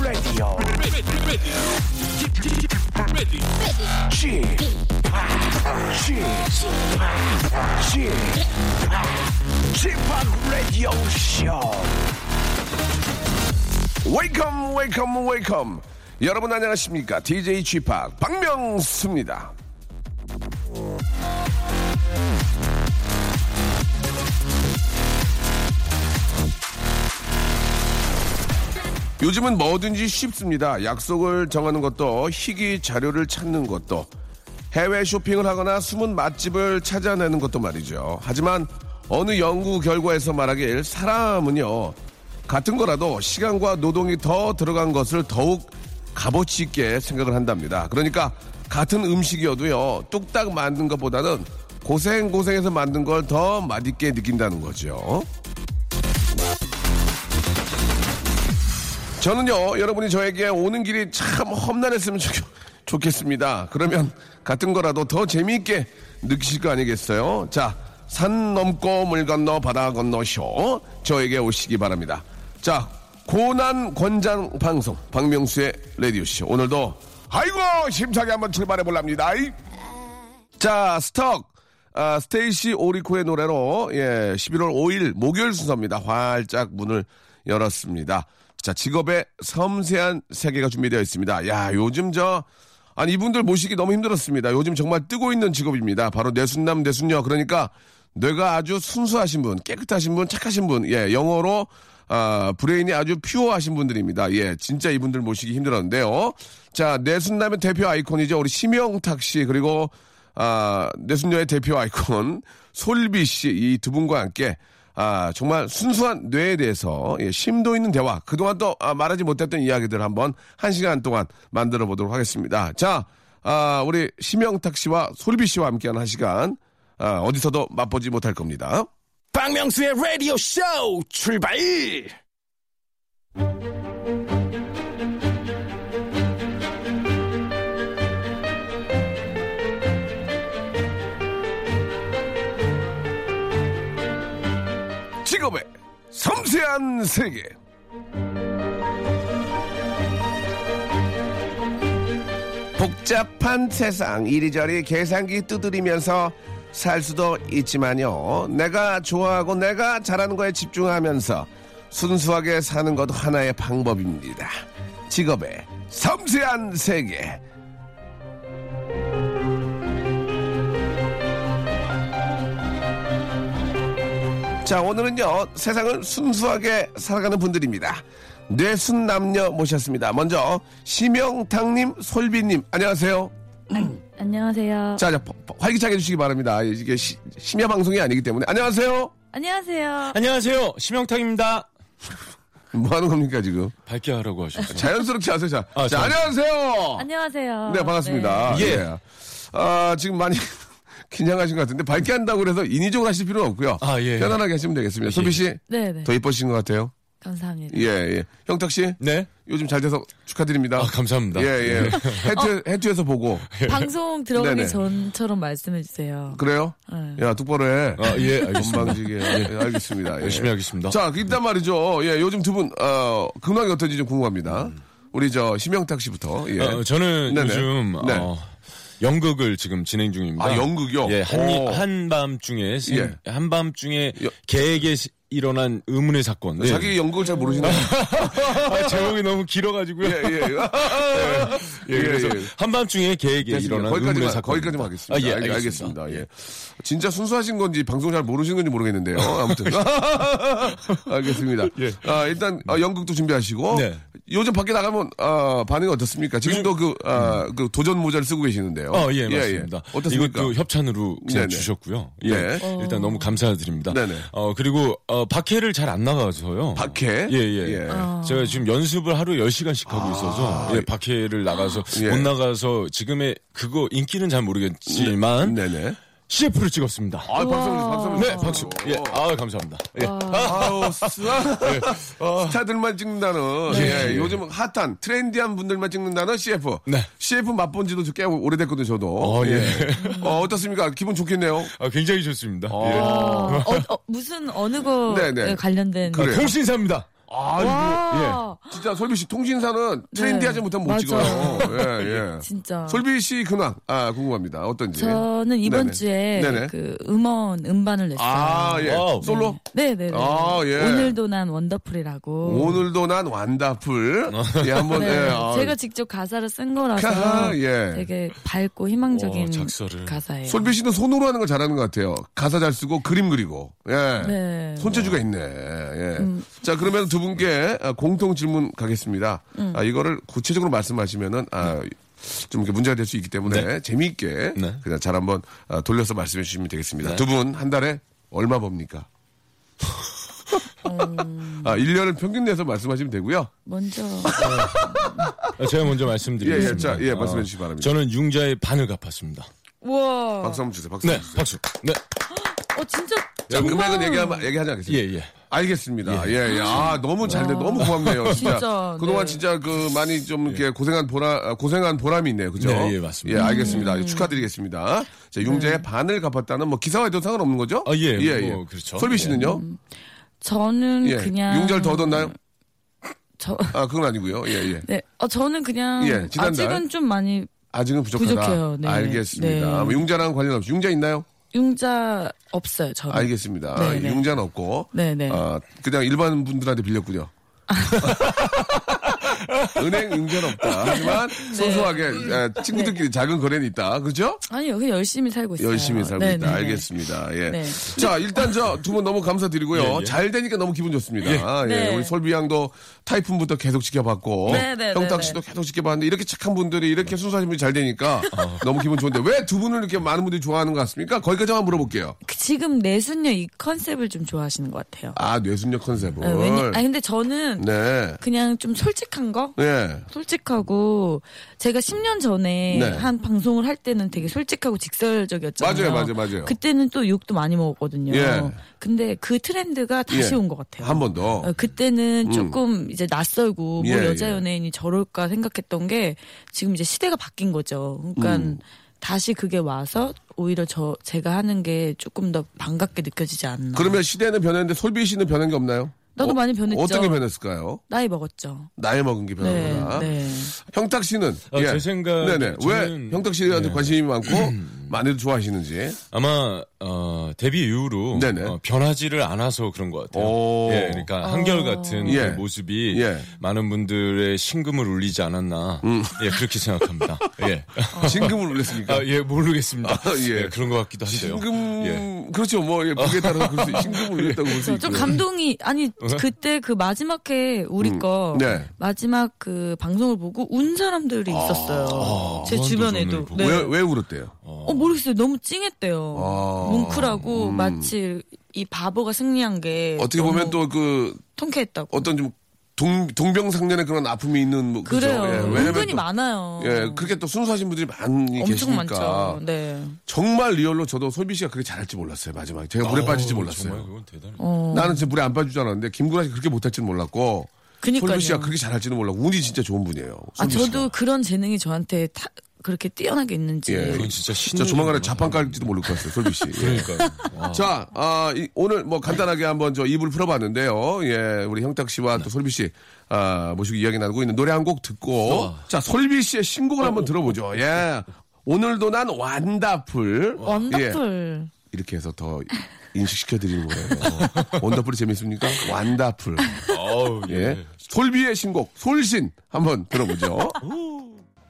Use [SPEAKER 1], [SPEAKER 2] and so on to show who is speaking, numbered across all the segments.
[SPEAKER 1] radio. G G G G Radio Show. Welcome, welcome, welcome. 여러분 안녕하십니까? DJ G 팍 박명수입니다. 요즘은 뭐든지 쉽습니다. 약속을 정하는 것도 희귀 자료를 찾는 것도 해외 쇼핑을 하거나 숨은 맛집을 찾아내는 것도 말이죠. 하지만 어느 연구 결과에서 말하길 사람은요 같은 거라도 시간과 노동이 더 들어간 것을 더욱 값어치 있게 생각을 한답니다. 그러니까 같은 음식이어도요 뚝딱 만든 것보다는 고생 고생해서 만든 걸 더 맛있게 느낀다는 거죠. 저는요, 여러분이 저에게 오는 길이 참 험난했으면 좋, 겠습니다 그러면 같은 거라도 더 재미있게 느끼실 거 아니겠어요? 자, 산 넘고 물 건너 바다 건너 쇼 저에게 오시기 바랍니다. 자, 고난 권장 방송 박명수의 레디오 씨 오늘도 아이고 심사게 한번 출발해 볼랍니다. 아이. 자, 스톡. 아, 스테이시 오리코의 노래로 예, 11월 5일 목요일 순서입니다. 활짝 문을 열었습니다. 자, 직업의 섬세한 세계가 준비되어 있습니다. 야, 요즘 저 아니 이분들 모시기 너무 힘들었습니다. 요즘 정말 뜨고 있는 직업입니다. 바로 내순남 내순녀. 그러니까 뇌가 아주 순수하신 분, 깨끗하신 분, 착하신 분. 예, 영어로 아, 브레인이 아주 퓨어하신 분들입니다. 예, 진짜 이분들 모시기 힘들었는데요. 자, 내순남의 대표 아이콘이죠. 우리 심영탁 씨 그리고 아, 내순녀의 대표 아이콘 솔비 씨 이 두 분과 함께 아, 정말 순수한 뇌에 대해서 예, 심도 있는 대화 그동안 또 아, 말하지 못했던 이야기들 을 한번 한 시간 동안 만들어 보도록 하겠습니다. 자, 아, 우리 심영탁 씨와 솔비 씨와 함께하는 한 시간 아, 어디서도 맛보지 못할 겁니다.
[SPEAKER 2] 박명수의 라디오 쇼 출발!
[SPEAKER 1] 직업의 섬세한 세계. 복잡한 세상 이리저리 계산기 두드리면서 살 수도 있지만요. 내가 좋아하고 내가 잘하는 거에 집중하면서 순수하게 사는 것도 하나의 방법입니다. 직업의 섬세한 세계. 자, 오늘은요, 세상을 순수하게 살아가는 분들입니다. 뇌순 남녀 모셨습니다. 먼저, 심영탁님, 솔비님, 안녕하세요.
[SPEAKER 3] 안녕하세요.
[SPEAKER 1] 자, 자, 바- 바- 활기차게 해주시기 바랍니다. 이게 시- 심야 방송이 아니기 때문에. 안녕하세요.
[SPEAKER 3] 안녕하세요.
[SPEAKER 2] 안녕하세요, 심영탁입니다.
[SPEAKER 1] 뭐 하는 겁니까, 지금?
[SPEAKER 2] 밝게 하라고 하셨어요.
[SPEAKER 1] 자연스럽게 하세요. 자,
[SPEAKER 2] 아,
[SPEAKER 1] 자
[SPEAKER 2] 자.
[SPEAKER 1] 안녕하세요.
[SPEAKER 3] 안녕하세요.
[SPEAKER 1] 네, 반갑습니다.
[SPEAKER 2] 네.
[SPEAKER 1] 예. 아, 지금 많이 긴장하신 것 같은데, 밝게 한다고 그래서 인위적으로 하실 필요는 없고요.
[SPEAKER 2] 아, 예.
[SPEAKER 1] 편안하게 하시면 되겠습니다. 솔비 씨,
[SPEAKER 3] 네, 네.
[SPEAKER 1] 더 이뻐지신 것 같아요.
[SPEAKER 3] 감사합니다.
[SPEAKER 1] 예, 예. 형탁 씨?
[SPEAKER 2] 네?
[SPEAKER 1] 요즘 잘 돼서 축하드립니다.
[SPEAKER 2] 아, 감사합니다. 네.
[SPEAKER 1] 예, 예. 해투, 해투에서 보고.
[SPEAKER 3] 방송 들어가기
[SPEAKER 1] 예. 네네.
[SPEAKER 3] 전처럼 말씀해 주세요.
[SPEAKER 1] 그래요? 야, 똑바로 해.
[SPEAKER 2] 아, 예, 알겠습니다.
[SPEAKER 1] 건방지게. 예, 알겠습니다. 예.
[SPEAKER 2] 열심히 하겠습니다.
[SPEAKER 1] 자, 일단 말이죠. 예, 요즘 두 분, 어, 근황이 어떤지 좀 궁금합니다. 우리 저, 심영탁 씨부터. 예.
[SPEAKER 2] 어, 저는
[SPEAKER 1] 네네.
[SPEAKER 2] 요즘,
[SPEAKER 1] 네.
[SPEAKER 2] 어, 연극을 지금 진행 중입니다.
[SPEAKER 1] 아, 연극이요?
[SPEAKER 2] 예, 한,
[SPEAKER 1] 오.
[SPEAKER 2] 한밤 중에,
[SPEAKER 1] 예.
[SPEAKER 2] 한밤 중에
[SPEAKER 1] 여-
[SPEAKER 2] 계획에 시- 일어난 의문의 사건. 네.
[SPEAKER 1] 자기 연극을 잘 모르시나요?
[SPEAKER 2] 아, 제목이 너무 길어가지고요.
[SPEAKER 1] 예, 예.
[SPEAKER 2] 예, 그래서
[SPEAKER 1] 예, 예.
[SPEAKER 2] 한밤중에 계획에
[SPEAKER 1] 됐습니다.
[SPEAKER 2] 일어난 의문의
[SPEAKER 1] 거기까지만,
[SPEAKER 2] 사건.
[SPEAKER 1] 거기까지만 하겠습니다.
[SPEAKER 2] 아, 예,
[SPEAKER 1] 알-
[SPEAKER 2] 알겠습니다.
[SPEAKER 1] 알겠습니다. 예. 진짜 순수하신 건지 방송 잘 모르시는 건지 모르겠는데요. 아무튼. 알겠습니다.
[SPEAKER 2] 예.
[SPEAKER 1] 아, 일단 어, 연극도 준비하시고
[SPEAKER 2] 네.
[SPEAKER 1] 요즘 밖에 나가면 아, 반응이 어떻습니까? 지금도 그, 아, 그 도전 모자를 쓰고 계시는데요.
[SPEAKER 2] 어, 예, 맞습니다.
[SPEAKER 1] 어떻습니까?
[SPEAKER 2] 이것도 협찬으로
[SPEAKER 1] 네네.
[SPEAKER 2] 그냥 주셨고요.
[SPEAKER 1] 네.
[SPEAKER 2] 예. 일단 너무 감사드립니다.
[SPEAKER 1] 네네.
[SPEAKER 2] 어, 그리고, 어, 박해를 잘 안 나가서요.
[SPEAKER 1] 박해?
[SPEAKER 2] 예, 예.
[SPEAKER 1] 예. 아.
[SPEAKER 2] 제가 지금 연습을 하루 10시간씩 하고 있어서, 예, 박해를 나가서,
[SPEAKER 1] 예.
[SPEAKER 2] 못 나가서, 지금의 그거 인기는 잘 모르겠지만,
[SPEAKER 1] 네네.
[SPEAKER 2] CF를 찍었습니다.
[SPEAKER 1] 아, 박수, 박수, 박수.
[SPEAKER 2] 네, 박수. 예, 아, 감사합니다. 예.
[SPEAKER 1] 아우, 스-
[SPEAKER 2] 네. 어.
[SPEAKER 1] 스타들만 찍는다는 예, 요즘 핫한 트렌디한 분들만 찍는다는 CF.
[SPEAKER 2] 네.
[SPEAKER 1] CF 맛본 지도 꽤 오래됐거든요, 저도.
[SPEAKER 2] 어, 예.
[SPEAKER 1] 어, 어떻습니까? 기분 좋겠네요.
[SPEAKER 2] 아, 굉장히 좋습니다.
[SPEAKER 3] 어,
[SPEAKER 2] 예.
[SPEAKER 3] 어, 어, 무슨 어느 거에
[SPEAKER 1] 네네.
[SPEAKER 3] 관련된
[SPEAKER 1] 그래요. 예.
[SPEAKER 2] 통신사입니다.
[SPEAKER 1] 아, 아, 이거.
[SPEAKER 3] 와,
[SPEAKER 1] 진짜 솔비 씨 통신사는 트렌디하지 못하면 못
[SPEAKER 3] 네. 맞아요.
[SPEAKER 1] 찍어요. 예, 예.
[SPEAKER 3] 진짜.
[SPEAKER 1] 솔비 씨 근황, 아, 궁금합니다. 어떤지.
[SPEAKER 3] 저는 이번
[SPEAKER 1] 네네.
[SPEAKER 3] 주에
[SPEAKER 1] 네네.
[SPEAKER 3] 그 음원 음반을 냈어요.
[SPEAKER 1] 아, 예.
[SPEAKER 2] 와우.
[SPEAKER 1] 솔로?
[SPEAKER 3] 네네네.
[SPEAKER 1] 아, 예.
[SPEAKER 3] 오늘도 난 원더풀이라고.
[SPEAKER 1] 오늘도 난 완다풀.
[SPEAKER 2] 어.
[SPEAKER 1] 예, 한번,
[SPEAKER 3] 네,
[SPEAKER 1] 예. 아,
[SPEAKER 3] 제가 직접 가사를 쓴 거라서
[SPEAKER 1] 카하, 예.
[SPEAKER 3] 되게 밝고 희망적인
[SPEAKER 2] 와, 작사를.
[SPEAKER 3] 가사예요.
[SPEAKER 1] 솔비 씨는 손으로 하는 걸 잘하는 것 같아요. 가사 잘 쓰고 그림 그리고. 예.
[SPEAKER 3] 네.
[SPEAKER 1] 손재주가 있네. 예. 자, 그러면 두 분께 아, 공통 질문 가겠습니다. 아, 이거를 구체적으로 말씀하시면은, 아, 좀 이렇게 문제가 될 수 있기 때문에 재미있게
[SPEAKER 2] 네.
[SPEAKER 1] 그냥 잘 한번 아, 돌려서 말씀해 주시면 되겠습니다. 두 분 한 달에 얼마 법니까? 아, 1년을 평균 내서 말씀하시면 되고요.
[SPEAKER 3] 먼저
[SPEAKER 2] 제가 먼저
[SPEAKER 1] 예, 예,
[SPEAKER 2] 말씀드리겠습니다.
[SPEAKER 1] 자, 예, 말씀해
[SPEAKER 2] 어,
[SPEAKER 1] 주시기 바랍니다.
[SPEAKER 2] 저는 융자의 반을 갚았습니다.
[SPEAKER 3] 우와.
[SPEAKER 1] 박수 한번 주세요. 박수
[SPEAKER 2] 네,
[SPEAKER 1] 한번 주세요.
[SPEAKER 2] 박수. 네,
[SPEAKER 3] 어 진짜.
[SPEAKER 1] 자,
[SPEAKER 3] 정말
[SPEAKER 1] 금액은 그 얘기하면, 얘기하지 않겠습니다.
[SPEAKER 2] 예, 예.
[SPEAKER 1] 알겠습니다. 예, 예. 아, 너무 잘 돼. 너무 고맙네요. 진짜.
[SPEAKER 3] 진짜,
[SPEAKER 1] 그동안
[SPEAKER 3] 네. 보람이
[SPEAKER 1] 진짜 그 많이 좀 이렇게 고생한 보라, 아, 고생한 보람이 있네요. 그죠?
[SPEAKER 2] 네, 예, 맞습니다.
[SPEAKER 1] 예, 알겠습니다.
[SPEAKER 3] 음.
[SPEAKER 1] 축하드리겠습니다. 자,
[SPEAKER 3] 네.
[SPEAKER 1] 융자의 반을 갚았다는 뭐 기사와도 상관없는 거죠?
[SPEAKER 2] 아, 예, 뭐 그렇죠.
[SPEAKER 1] 솔비 씨는요?
[SPEAKER 3] 저는
[SPEAKER 1] 예.
[SPEAKER 3] 음, 그냥
[SPEAKER 1] 융자를 더 얻었나요?
[SPEAKER 3] 저
[SPEAKER 1] 아, 그건 아니고요. 예, 예.
[SPEAKER 3] 네. 어 저는 그냥
[SPEAKER 1] 예, 지난달.
[SPEAKER 3] 아직은 좀 많이
[SPEAKER 1] 아직은 부족하다.
[SPEAKER 3] 부족해요. 네.
[SPEAKER 1] 알겠습니다.
[SPEAKER 3] 네.
[SPEAKER 1] 뭐 융자랑 관련 없이 융자 있나요?
[SPEAKER 3] 융자 없어요. 저는.
[SPEAKER 1] 알겠습니다. 아,
[SPEAKER 3] 네, 네.
[SPEAKER 1] 융자는 없고.
[SPEAKER 3] 네네.
[SPEAKER 1] 아, 그냥 일반 분들한테 빌렸군요. 은행 융자는 없다. 하지만
[SPEAKER 3] 네.
[SPEAKER 1] 소소하게
[SPEAKER 3] 음.
[SPEAKER 1] 에, 친구들끼리 작은 거래는 있다. 그죠?
[SPEAKER 3] 아니요, 그냥 열심히 살고 있어요.
[SPEAKER 1] 열심히 살고
[SPEAKER 3] 네. 아, 네네네.
[SPEAKER 1] 있다. 알겠습니다. 예.
[SPEAKER 3] 네.
[SPEAKER 1] 자, 일단 저 두 분 너무 감사드리고요.
[SPEAKER 2] 예, 예.
[SPEAKER 1] 잘 되니까 너무 기분 좋습니다. 아, 예.
[SPEAKER 3] 네.
[SPEAKER 1] 우리 솔비 양도 타이푼부터 계속 지켜봤고,
[SPEAKER 3] 네, 네,
[SPEAKER 1] 형탁
[SPEAKER 3] 네,
[SPEAKER 1] 씨도 계속 지켜봤는데 이렇게 착한 분들이 이렇게 순수하신 분이 잘 되니까
[SPEAKER 2] 어.
[SPEAKER 1] 너무 기분 좋은데 왜 두 분을 이렇게 많은 분들이 좋아하는 것 같습니까? 거기까지만 물어볼게요.
[SPEAKER 3] 그 지금 내순녀 이 컨셉을 좀 좋아하시는 것 같아요.
[SPEAKER 1] 아, 뇌순녀 컨셉을.
[SPEAKER 3] 네, 왜냐? 아 근데 저는
[SPEAKER 1] 네.
[SPEAKER 3] 그냥 좀 솔직한 거.
[SPEAKER 1] 예.
[SPEAKER 3] 솔직하고 제가 10년 전에
[SPEAKER 1] 네.
[SPEAKER 3] 한 방송을 할 때는 되게 솔직하고
[SPEAKER 1] 맞아요,
[SPEAKER 3] 직설적이었잖아요.
[SPEAKER 1] 맞아요, 맞아요.
[SPEAKER 3] 그때는 또 욕도 많이 먹었거든요.
[SPEAKER 1] 예.
[SPEAKER 3] 근데 그 트렌드가 다시
[SPEAKER 1] 예.
[SPEAKER 3] 온 것 같아요.
[SPEAKER 1] 한 번 더.
[SPEAKER 3] 어, 그때는 조금 이제 낯설고 뭐
[SPEAKER 1] 음. 예,
[SPEAKER 3] 여자
[SPEAKER 1] 예.
[SPEAKER 3] 연예인이 저럴까 생각했던 게 지금 이제 시대가 바뀐 거죠. 그러니까
[SPEAKER 1] 음.
[SPEAKER 3] 다시 그게 와서 오히려 저 제가 하는 게 조금 더 반갑게 느껴지지 않나.
[SPEAKER 1] 그러면 시대는 변했는데 솔비 씨는 변한 게 없나요?
[SPEAKER 3] 나도 많이 변했죠.
[SPEAKER 1] 어떤 게 변했을까요?
[SPEAKER 3] 나이 먹었죠.
[SPEAKER 1] 나이 먹은 게
[SPEAKER 3] 네,
[SPEAKER 1] 변하구나.
[SPEAKER 3] 네.
[SPEAKER 1] 형탁 씨는 예.
[SPEAKER 2] 아, 제 생각에
[SPEAKER 1] 네네. 왜
[SPEAKER 2] 저는- 예.
[SPEAKER 1] 형탁 씨한테 관심이 많고 많이들 좋아하시는지.
[SPEAKER 2] 아마 어, 데뷔 이후로
[SPEAKER 1] 네네.
[SPEAKER 2] 어, 변하지를 않아서 그런 것 같아요.
[SPEAKER 1] 오.
[SPEAKER 2] 예, 그러니까 한결 같은
[SPEAKER 1] 예.
[SPEAKER 2] 모습이
[SPEAKER 1] 예. 음.
[SPEAKER 2] 많은 분들의 심금을 울리지 않았나. 예, 그렇게 생각합니다. 예.
[SPEAKER 3] 어.
[SPEAKER 1] 신금을 올렸습니까?
[SPEAKER 2] 아, 예, 모르겠습니다.
[SPEAKER 1] 아, 예.
[SPEAKER 2] 예. 그런 것 같기도 한데요.
[SPEAKER 1] 신금
[SPEAKER 2] 예.
[SPEAKER 1] 그렇죠. 뭐 예, 북에 따라서 그럴 수, 신금을 올렸다고 볼 수
[SPEAKER 3] 그래서
[SPEAKER 1] 있죠.
[SPEAKER 3] 좀 감동이 아니 그때 그 마지막 회 우리 거
[SPEAKER 1] 어? 네. 아,
[SPEAKER 3] 마지막 그 방송을 보고 운 사람들이 있었어요. 제
[SPEAKER 2] 무한도전을
[SPEAKER 3] 주변에도.
[SPEAKER 2] 보고.
[SPEAKER 3] 네.
[SPEAKER 1] 왜, 왜 울었대요?
[SPEAKER 3] 어, 모르겠어요. 너무 찡했대요.
[SPEAKER 1] 아.
[SPEAKER 3] 뭉클하고 마치 이 바보가 승리한 게
[SPEAKER 1] 어떻게 보면
[SPEAKER 3] 네, 너무
[SPEAKER 1] 또 그
[SPEAKER 3] 통쾌했다고.
[SPEAKER 1] 어떤 좀 동, 동병상련의 그런 아픔이 있는 뭐 그죠?
[SPEAKER 3] 그래요.
[SPEAKER 1] 예, 왜냐면
[SPEAKER 3] 은근히
[SPEAKER 1] 또-
[SPEAKER 3] 많아요.
[SPEAKER 1] 예, 그렇게 또 순수하신 분들이 많이
[SPEAKER 3] 어. 엄청
[SPEAKER 1] 계시니까
[SPEAKER 3] 많죠. 네.
[SPEAKER 1] 정말 리얼로 저도 솔비 씨가 그렇게 잘할지 몰랐어요. 마지막에 제가 물에 빠질지 몰랐어요.
[SPEAKER 2] 아, 정말 그건 대단해.
[SPEAKER 3] 어,
[SPEAKER 1] 나는 진짜 물에 안 빠질 줄 알았는데 김구라 씨가 그렇게 못할지는 몰랐고
[SPEAKER 3] 그니까요.
[SPEAKER 1] 솔비 씨가 그렇게 잘할지는 몰랐고 운이 진짜 좋은 분이에요.
[SPEAKER 3] 아,
[SPEAKER 1] 솔비 씨가.
[SPEAKER 3] 저도 그런 재능이 저한테 타- 그렇게 뛰어나게 있는지.
[SPEAKER 1] 예.
[SPEAKER 2] 그건 진짜 신.
[SPEAKER 1] 진짜 조만간에 자판 깔지도 모를 것 같아요. 솔비 씨. 예.
[SPEAKER 2] 그러니까.
[SPEAKER 1] 자, 아, 이- 오늘 뭐 간단하게 한번 저 입을 풀어봤는데요. 예, 우리 형탁 씨와 또 솔비 씨 아, 모시고 이야기 나누고 있는 노래 한 곡 듣고 자 솔비 씨의 신곡을 한번 들어보죠. 예. 오늘도 난 완다풀. 예.
[SPEAKER 3] 완더풀.
[SPEAKER 1] 이렇게 해서 더 인식시켜 드리는 거예요. 원더풀이 재밌습니까? 완다풀.
[SPEAKER 2] 어우, 예.
[SPEAKER 1] 예. 솔비의 신곡 솔신 한번 들어보죠.